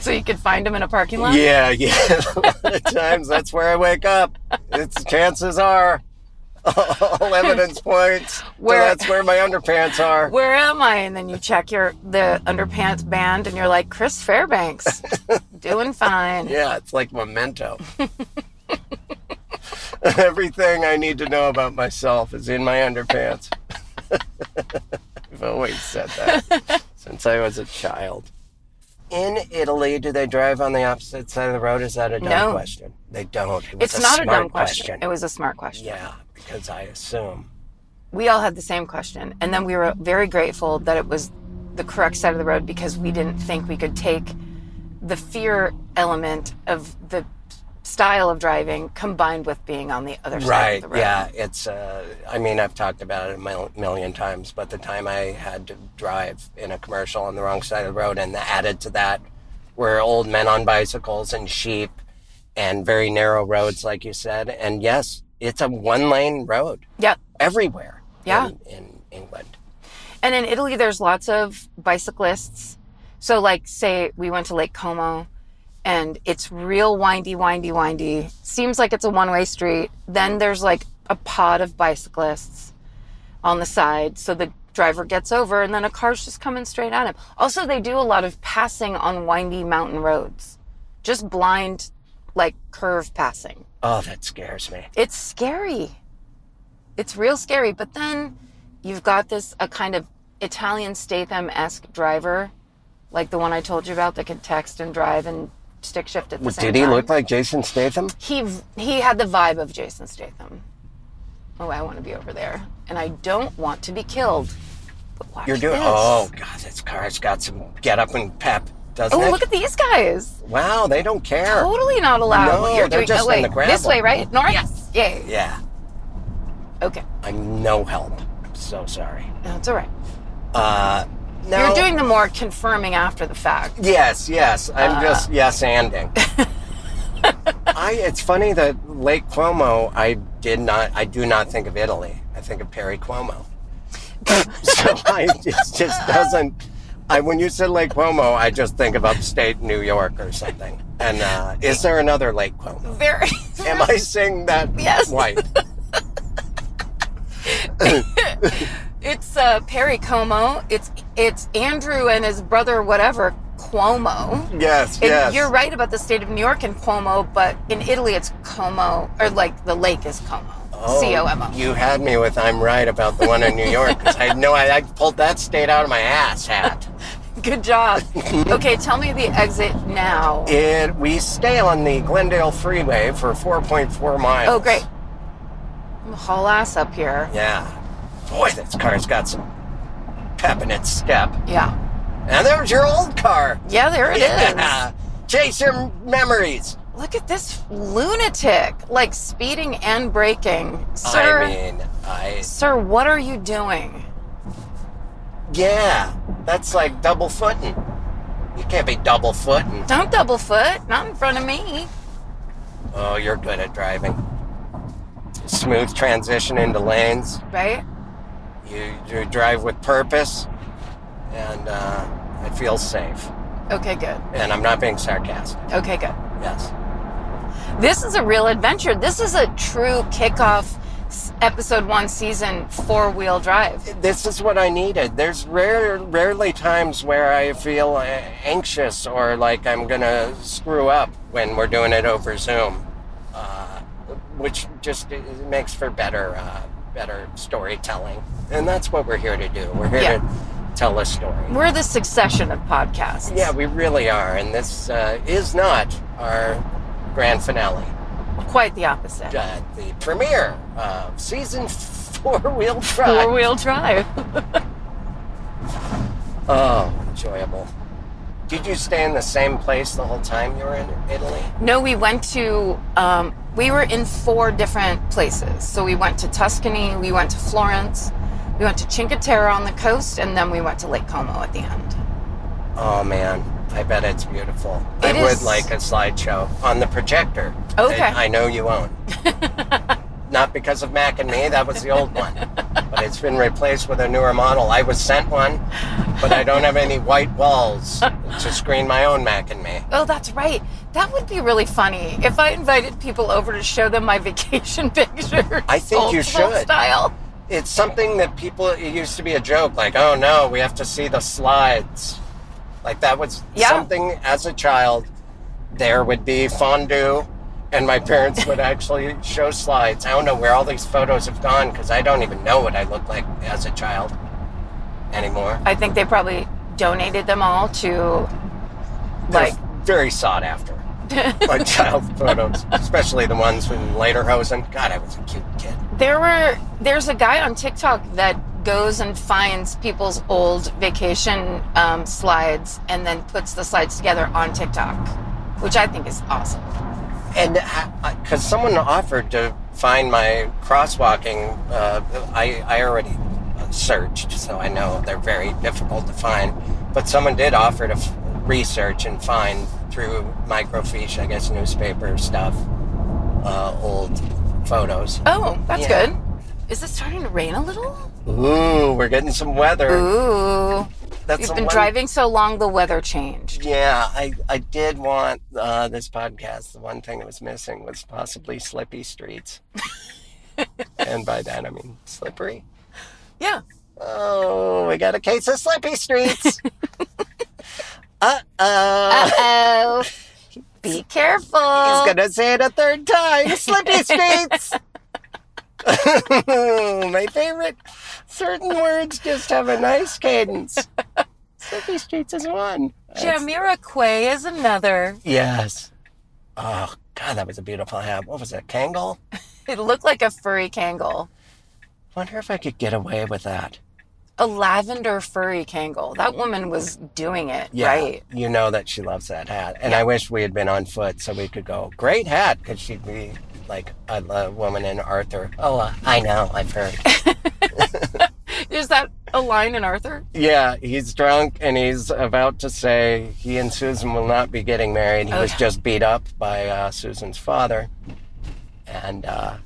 [SPEAKER 6] So you could find him in a parking lot?
[SPEAKER 5] Yeah, yeah. a lot of times that's where I wake up. It's chances are all evidence points to
[SPEAKER 6] Where-
[SPEAKER 5] that's where my underpants are.
[SPEAKER 6] Where am I? And then you check your the underpants band and you're like, Chris Fairbanks, doing fine.
[SPEAKER 5] Yeah, it's like memento. Everything I need to know about myself is in my underpants. I've always said that since I was a child. In Italy, do they drive on the opposite side of the road? Is that a dumb
[SPEAKER 6] No.
[SPEAKER 5] question? They don't. It was
[SPEAKER 6] It's not a
[SPEAKER 5] smart
[SPEAKER 6] dumb question. It was a smart question.
[SPEAKER 5] yeah, because I assume.
[SPEAKER 6] We all had the same question. And then we were very grateful that it was the correct side of the road because we didn't think we could take the fear element of the style of driving combined with being on the other side of
[SPEAKER 5] Right.
[SPEAKER 6] the road.
[SPEAKER 5] Yeah. It's. Uh, I mean, I've talked about it a mil- million times, but the time I had to drive in a commercial on the wrong side of the road, and added to that were old men on bicycles and sheep, and very narrow roads, like you said. And yes, it's a one-lane road
[SPEAKER 6] Yeah.
[SPEAKER 5] everywhere.
[SPEAKER 6] Yeah.
[SPEAKER 5] In, in England.
[SPEAKER 6] And in Italy, there's lots of bicyclists. So, like, say we went to Lake Como and it's real windy, windy, windy. Seems like it's a one way street. Then there's like a pod of bicyclists on the side. So the driver gets over and then a car's just coming straight at him. Also, they do a lot of passing on windy mountain roads, just blind, like, curve passing
[SPEAKER 5] Oh, that scares me.
[SPEAKER 6] it's scary. It's real scary. But then you've got this a kind of Italian Statham esque driver, like the one I told you about that could text and drive and stick shift at the same
[SPEAKER 5] Did he
[SPEAKER 6] time.
[SPEAKER 5] look like Jason Statham?
[SPEAKER 6] he he had the vibe of Jason Statham. Oh, I want to be over there, and I don't want to be killed. But watch
[SPEAKER 5] You're doing.
[SPEAKER 6] This.
[SPEAKER 5] Oh God, this car's got some get up and pep, doesn't
[SPEAKER 6] Oh,
[SPEAKER 5] it?
[SPEAKER 6] look at these guys.
[SPEAKER 5] wow, they don't care.
[SPEAKER 6] Totally not allowed.
[SPEAKER 5] No,
[SPEAKER 6] what you're
[SPEAKER 5] they're
[SPEAKER 6] doing.
[SPEAKER 5] just
[SPEAKER 6] oh, wait.
[SPEAKER 5] in the
[SPEAKER 6] This
[SPEAKER 5] gravel.
[SPEAKER 6] way, right? North?
[SPEAKER 1] Yes.
[SPEAKER 6] Yay.
[SPEAKER 5] Yeah,
[SPEAKER 6] Okay.
[SPEAKER 5] I'm no help. So sorry.
[SPEAKER 6] That's all right.
[SPEAKER 5] Uh, no.
[SPEAKER 6] You're doing the more confirming after the fact.
[SPEAKER 5] Yes, yes. I'm
[SPEAKER 6] Uh.
[SPEAKER 5] just yes anding. I it's funny that Lake Cuomo I did not I do not think of Italy. I think of Perry Cuomo. so I it just doesn't I when you said Lake Cuomo, I just think of upstate New York or something. And uh, is there another Lake Cuomo?
[SPEAKER 6] Very.
[SPEAKER 5] Am I saying that
[SPEAKER 6] Yes.
[SPEAKER 5] right?
[SPEAKER 6] It's uh, Perry Como. It's it's Andrew and his brother, whatever Cuomo.
[SPEAKER 5] Yes,
[SPEAKER 6] And
[SPEAKER 5] yes.
[SPEAKER 6] You're right about the state of New York and Cuomo, but in Italy it's Como, or like the lake is Como.
[SPEAKER 5] Oh,
[SPEAKER 6] C O M O.
[SPEAKER 5] You had me with I'm right about the one in New York. 'cause I know I, I pulled that state out of my ass hat.
[SPEAKER 6] Good job. okay, tell me the exit now.
[SPEAKER 5] It, we stay on the Glendale Freeway for 4.4 miles.
[SPEAKER 6] Oh, great. I'm haul ass up here.
[SPEAKER 5] Yeah. Boy, this car's got some pep in its step.
[SPEAKER 6] Yeah.
[SPEAKER 5] And there's your old car.
[SPEAKER 6] Yeah, there it is.
[SPEAKER 5] yeah. Chase your memories.
[SPEAKER 6] Look at this lunatic, like speeding and braking. Sir,
[SPEAKER 5] I mean, I.
[SPEAKER 6] sir, what are you doing?
[SPEAKER 5] Yeah, that's like double footing. You can't be double footing.
[SPEAKER 6] Don't double foot, not in front of me.
[SPEAKER 5] Oh, you're good at driving. Smooth transition into lanes.
[SPEAKER 6] Right?
[SPEAKER 5] You, you drive with purpose, and uh, it feels safe.
[SPEAKER 6] Okay, good.
[SPEAKER 5] And I'm not being sarcastic.
[SPEAKER 6] Okay, good.
[SPEAKER 5] Yes.
[SPEAKER 6] This is a real adventure. This is a true kickoff s- episode one, season four wheel drive.
[SPEAKER 5] This is what I needed. There's rare, rarely times where I feel uh, anxious or like I'm going to screw up when we're doing it over Zoom, uh, which just uh, makes for better, uh, better storytelling. And that's what we're here to do. We're here
[SPEAKER 6] Yeah.
[SPEAKER 5] to tell a story.
[SPEAKER 6] We're the succession of podcasts.
[SPEAKER 5] Yeah, we really are. And this uh, is not our grand finale.
[SPEAKER 6] Quite the opposite.
[SPEAKER 5] Uh, the premiere of season four wheel drive.
[SPEAKER 6] Four wheel drive.
[SPEAKER 5] Oh, enjoyable. Did you stay in the same place the whole time you were in Italy?
[SPEAKER 6] No, we went to, um, we were in four different places. So we went to Tuscany, we went to Florence, we went to Cinque Terre on the coast, and then we went to Lake Como at the end.
[SPEAKER 5] Oh man, I bet it's beautiful.
[SPEAKER 6] It
[SPEAKER 5] I would
[SPEAKER 6] is.
[SPEAKER 5] like a slideshow on the projector. that
[SPEAKER 6] Okay.
[SPEAKER 5] I know you own. Not because of Mac and me, that was the old one. But it's been replaced with a newer model. I was sent one, but I don't have any white walls to screen my own Mac and me.
[SPEAKER 6] Oh, that's right. That would be really funny if I invited people over to show them my vacation pictures.
[SPEAKER 5] I think
[SPEAKER 6] old
[SPEAKER 5] you
[SPEAKER 6] school
[SPEAKER 5] should.
[SPEAKER 6] Style.
[SPEAKER 5] It's something that people, it used to be a joke, like, oh no, we have to see the slides. Like that was
[SPEAKER 6] Yeah.
[SPEAKER 5] something as a child, there would be fondue, and my parents would actually show slides. I don't know where all these photos have gone because I don't even know what I looked like as a child anymore.
[SPEAKER 6] I think they probably donated them all to,
[SPEAKER 5] They're
[SPEAKER 6] like,
[SPEAKER 5] very sought after. my child photos, especially the ones from Lederhosen. God, I was a cute kid.
[SPEAKER 6] there were. There's a guy on TikTok that goes and finds people's old vacation um, slides and then puts the slides together on TikTok, which I think is awesome.
[SPEAKER 5] And because someone offered to find my crosswalking, uh, I, I already searched, so I know they're very difficult to find. But someone did offer to f- research and find through microfiche, I guess, newspaper stuff, uh, old photos.
[SPEAKER 6] Oh, that's
[SPEAKER 5] Yeah.
[SPEAKER 6] good. Is it starting to rain a little?
[SPEAKER 5] Ooh, we're getting some weather.
[SPEAKER 6] Ooh.
[SPEAKER 5] That's
[SPEAKER 6] You've
[SPEAKER 5] the
[SPEAKER 6] been
[SPEAKER 5] one-
[SPEAKER 6] driving so long, the weather changed.
[SPEAKER 5] Yeah, I, I did want uh, this podcast. The one thing that was missing was possibly slippy streets. and by that, I mean slippery.
[SPEAKER 6] Yeah.
[SPEAKER 5] Oh, we got a case of slippy streets. uh oh.
[SPEAKER 6] oh. Be careful.
[SPEAKER 5] He's gonna say it a third time. Slippy streets. My favorite. Certain words just have a nice cadence. Slippy streets is one.
[SPEAKER 6] Jamiroquai is another.
[SPEAKER 5] Yes. Oh God, that was a beautiful hat. What was it? Kangle?
[SPEAKER 6] It looked like a furry Kangol.
[SPEAKER 5] Wonder if I could get away with that.
[SPEAKER 6] A lavender furry Kangol. That woman was doing it,
[SPEAKER 5] Yeah,
[SPEAKER 6] right?
[SPEAKER 5] You know that she loves that hat, and I wish we had been on foot so we could go. Great hat, because she'd be like a, a woman in Arthur. Oh, uh, I know. I've heard.
[SPEAKER 6] Is that a line in Arthur?
[SPEAKER 5] yeah, he's drunk and he's about to say he and Susan will not be getting married. He was just beat up by uh, Susan's father, and uh,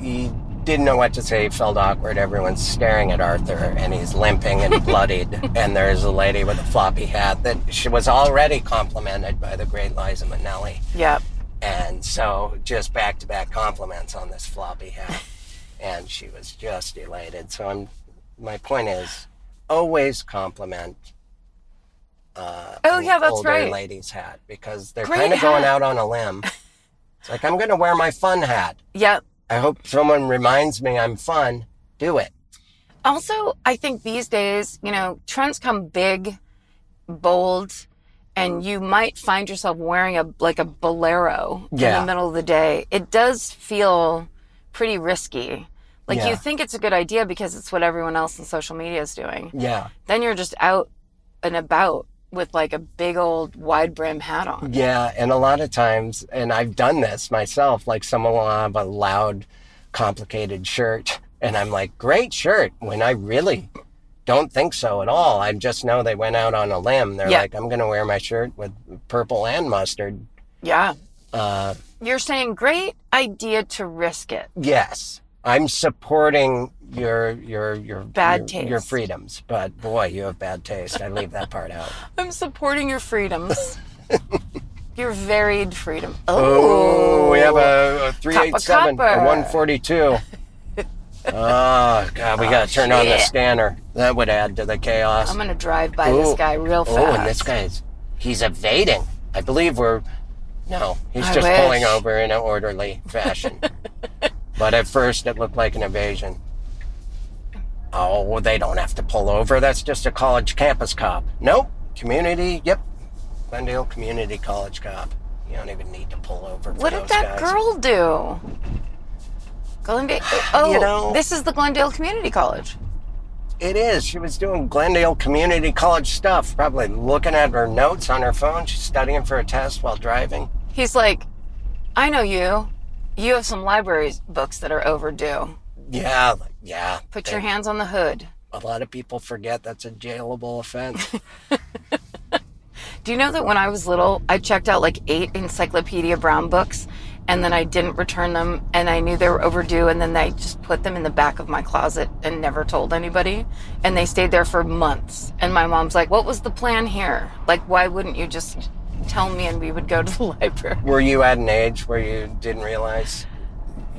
[SPEAKER 5] he didn't know what to say. He felt awkward. Everyone's staring at Arthur, and he's limping and bloodied. and there's a lady with a floppy hat that she was already complimented by the great Liza Minnelli.
[SPEAKER 6] Yep.
[SPEAKER 5] And so just back to back compliments on this floppy hat. and she was just elated. So I'm my point is always compliment uh,
[SPEAKER 6] Oh, yeah, that's
[SPEAKER 5] older
[SPEAKER 6] right.
[SPEAKER 5] ladies' hat because they're
[SPEAKER 6] Great
[SPEAKER 5] kind of going out
[SPEAKER 6] hat.
[SPEAKER 5] on a limb. it's like I'm gonna wear my fun hat.
[SPEAKER 6] Yep.
[SPEAKER 5] I hope someone reminds me I'm fun. Do it.
[SPEAKER 6] Also, I think these days, you know, trends come big, bold, and you might find yourself wearing a like a bolero in
[SPEAKER 5] Yeah.
[SPEAKER 6] the middle of the day. It does feel pretty risky. Like you
[SPEAKER 5] Yeah.
[SPEAKER 6] think it's a good idea because it's what everyone else in social media is doing.
[SPEAKER 5] Yeah.
[SPEAKER 6] Then you're just out and about with like a big old wide brim hat on.
[SPEAKER 5] Yeah, and a lot of times, and I've done this myself, like someone will have a loud, complicated shirt, and I'm like, great shirt, when I really don't think so at all. I just know they went out on a limb. They're
[SPEAKER 6] Yeah.
[SPEAKER 5] like, I'm going to wear my shirt with purple and mustard.
[SPEAKER 6] Yeah.
[SPEAKER 5] Uh,
[SPEAKER 6] You're saying great idea to risk it.
[SPEAKER 5] yes, I'm supporting your your your
[SPEAKER 6] Bad
[SPEAKER 5] your,
[SPEAKER 6] taste.
[SPEAKER 5] your freedoms, but boy, you have bad taste. I leave that part out.
[SPEAKER 6] I'm supporting your freedoms. your varied freedom.
[SPEAKER 5] Oh, we have a, a
[SPEAKER 6] Copper,
[SPEAKER 5] 387,
[SPEAKER 6] copper.
[SPEAKER 5] a 142. oh, God, we got to turn on the
[SPEAKER 6] Oh, shit.
[SPEAKER 5] scanner. That would add to the chaos.
[SPEAKER 6] I'm gonna drive by this
[SPEAKER 5] Ooh.
[SPEAKER 6] guy real fast.
[SPEAKER 5] Oh, and this guy's, he's evading. I believe we're, no, he's
[SPEAKER 6] I
[SPEAKER 5] just
[SPEAKER 6] wish.
[SPEAKER 5] pulling over in an orderly fashion. but at first, it looked like an evasion. Oh, they don't have to pull over. That's just a college campus cop. Nope. Community, yep. Glendale Community College cop. You don't even need to pull over. For
[SPEAKER 6] What
[SPEAKER 5] those
[SPEAKER 6] did that
[SPEAKER 5] guys.
[SPEAKER 6] girl do? Glendale. Oh,
[SPEAKER 5] know-
[SPEAKER 6] this is the Glendale Community College.
[SPEAKER 5] It is. She was doing Glendale Community College stuff, probably looking at her notes on her phone. She's studying for a test while driving.
[SPEAKER 6] He's like, I know you. You have some library books that are overdue.
[SPEAKER 5] Yeah, like, yeah.
[SPEAKER 6] Put
[SPEAKER 5] They-
[SPEAKER 6] your hands on the hood.
[SPEAKER 5] A lot of people forget that's a jailable offense.
[SPEAKER 6] Do you know that when I was little, I checked out like eight Encyclopedia Brown books and then I didn't return them and I knew they were overdue and then I just put them in the back of my closet and never told anybody. And they stayed there for months. And my mom's like, What was the plan here? Like, why wouldn't you just tell me and we would go to the library?
[SPEAKER 5] were you at an age where you didn't realize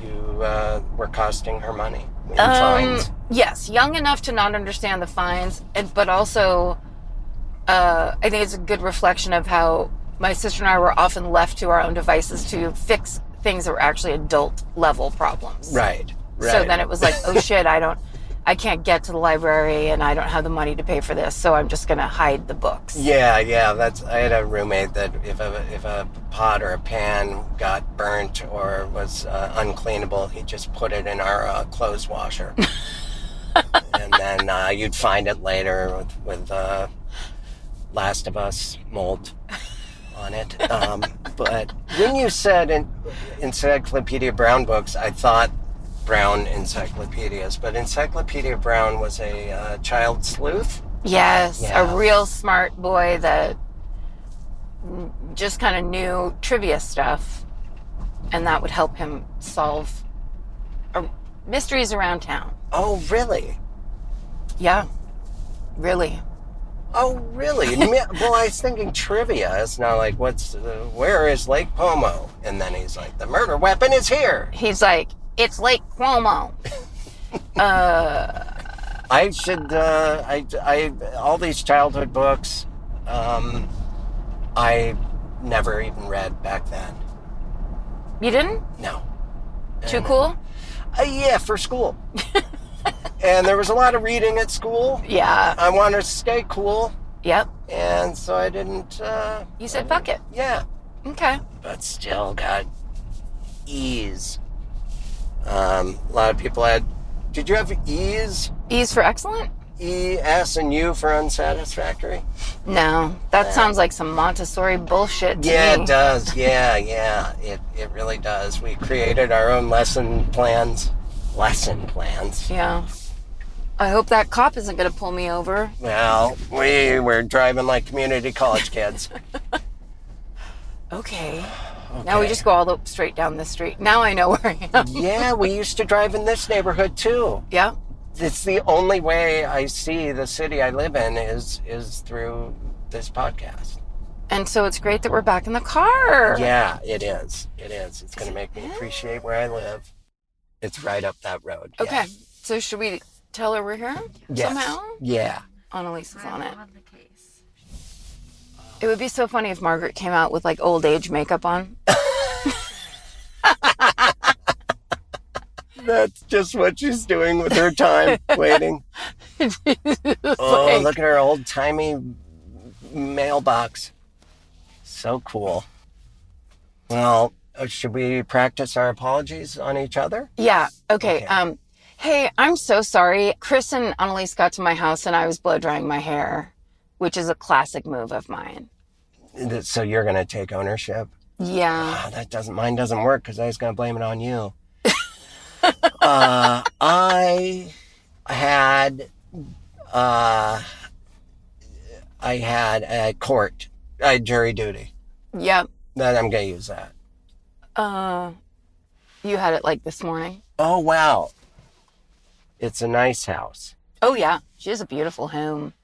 [SPEAKER 5] you uh, were costing her money in fines?
[SPEAKER 6] Yes, young enough to not understand the fines, and, but also uh, I think it's a good reflection of how my sister and I were often left to our own devices to fix things that were actually adult level problems.
[SPEAKER 5] Right, right.
[SPEAKER 6] So then it was like, oh shit, I don't, I can't get to the library and I don't have the money to pay for this, so I'm just gonna hide the books.
[SPEAKER 5] Yeah, yeah. That's. I had a roommate that if a if a pot or a pan got burnt or was uh, uncleanable, he just put it in our uh, clothes washer, and then uh, you'd find it later with with uh, Last of Us mold on it. Um, but when you said in, Encyclopedia Brown books, I thought. Brown encyclopedias, but Encyclopedia Brown was a uh, child sleuth.
[SPEAKER 6] Yes,
[SPEAKER 5] Yeah.
[SPEAKER 6] a real smart boy that just kind of knew trivia stuff, and that would help him solve uh, mysteries around town.
[SPEAKER 5] Oh, really?
[SPEAKER 6] Yeah, really.
[SPEAKER 5] Oh, really? Mi- well, I was thinking trivia. It's not like, what's, uh, where is Lake Pomo? And then he's like, the murder weapon is here.
[SPEAKER 6] He's like, it's Lake Cuomo.
[SPEAKER 5] I should, uh, I, I, all these childhood books, um, I never even read back then.
[SPEAKER 6] You didn't?
[SPEAKER 5] No.
[SPEAKER 6] Too cool?
[SPEAKER 5] Uh, yeah, for school. and there was a lot of reading at school.
[SPEAKER 6] Yeah.
[SPEAKER 5] I wanted to stay cool.
[SPEAKER 6] Yep.
[SPEAKER 5] And so I didn't, uh,
[SPEAKER 6] You said fuck it.
[SPEAKER 5] yeah,
[SPEAKER 6] Okay.
[SPEAKER 5] but still got ease. Um, a lot of people had, did you have ease?
[SPEAKER 6] E's for excellent?
[SPEAKER 5] E, S, and U for unsatisfactory?
[SPEAKER 6] No. That sounds like some Montessori bullshit to
[SPEAKER 5] Yeah,
[SPEAKER 6] me.
[SPEAKER 5] it does. Yeah, yeah. It, it really does. We created our own lesson plans. Lesson plans.
[SPEAKER 6] Yeah. I hope that cop isn't going to pull me over.
[SPEAKER 5] Well, we were driving like community college kids.
[SPEAKER 6] Okay. Mm. Now we just go all the straight down the street. Now I know where I am.
[SPEAKER 5] yeah, we used to drive in this neighborhood too.
[SPEAKER 6] Yeah.
[SPEAKER 5] It's the only way I see the city I live in is is through this podcast.
[SPEAKER 6] And so it's great that we're back in the car.
[SPEAKER 5] Yeah, it is. It is. It's going to make me appreciate where I live. It's right up that road.
[SPEAKER 6] Okay. So should we tell her we're here
[SPEAKER 5] Yeah.
[SPEAKER 6] somehow?
[SPEAKER 5] Yeah.
[SPEAKER 6] Annalise is on it.
[SPEAKER 1] On the case.
[SPEAKER 6] It would be so funny if Margaret came out with like old age makeup on.
[SPEAKER 5] That's just what she's doing with her time waiting. oh, look at her old timey mailbox. So cool. Well, uh, should we practice our apologies on each other?
[SPEAKER 6] Yeah. Okay. Um, hey, I'm so sorry. Chris and Annalise got to my house and I was blow drying my hair, which is a classic move of mine.
[SPEAKER 5] Th- So you're going to take ownership.
[SPEAKER 6] Yeah.
[SPEAKER 5] Oh, that doesn't mine doesn't work because I was going to blame it on you. uh, I had uh, I had a court, a jury duty.
[SPEAKER 6] Yep.
[SPEAKER 5] That I'm going to use that.
[SPEAKER 6] Uh, you had it like this morning.
[SPEAKER 5] Oh wow, it's a nice house.
[SPEAKER 6] Oh yeah. She has a beautiful home.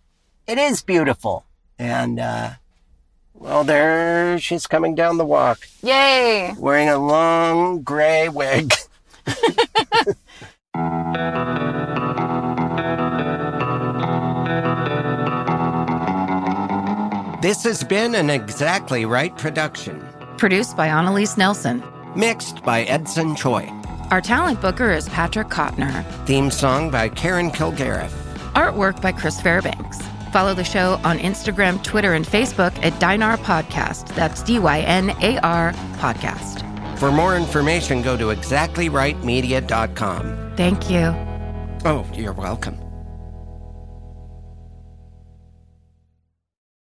[SPEAKER 5] It is beautiful, and uh, well, there she's coming down the walk
[SPEAKER 6] Yay.
[SPEAKER 5] wearing a long gray wig. this has been an Exactly Right production,
[SPEAKER 6] Produced by Annalise Nelson.
[SPEAKER 5] mixed by Edson Choi.
[SPEAKER 6] Our talent booker is Patrick Kottner.
[SPEAKER 5] Theme song by Karen Kilgariff.
[SPEAKER 6] Artwork by Chris Fairbanks. Follow the show on Instagram, Twitter, and Facebook at Dynar Podcast. That's D Y N A R Podcast.
[SPEAKER 5] For more information, go to exactlyrightmedia.com.
[SPEAKER 6] Thank you.
[SPEAKER 5] Oh, you're welcome.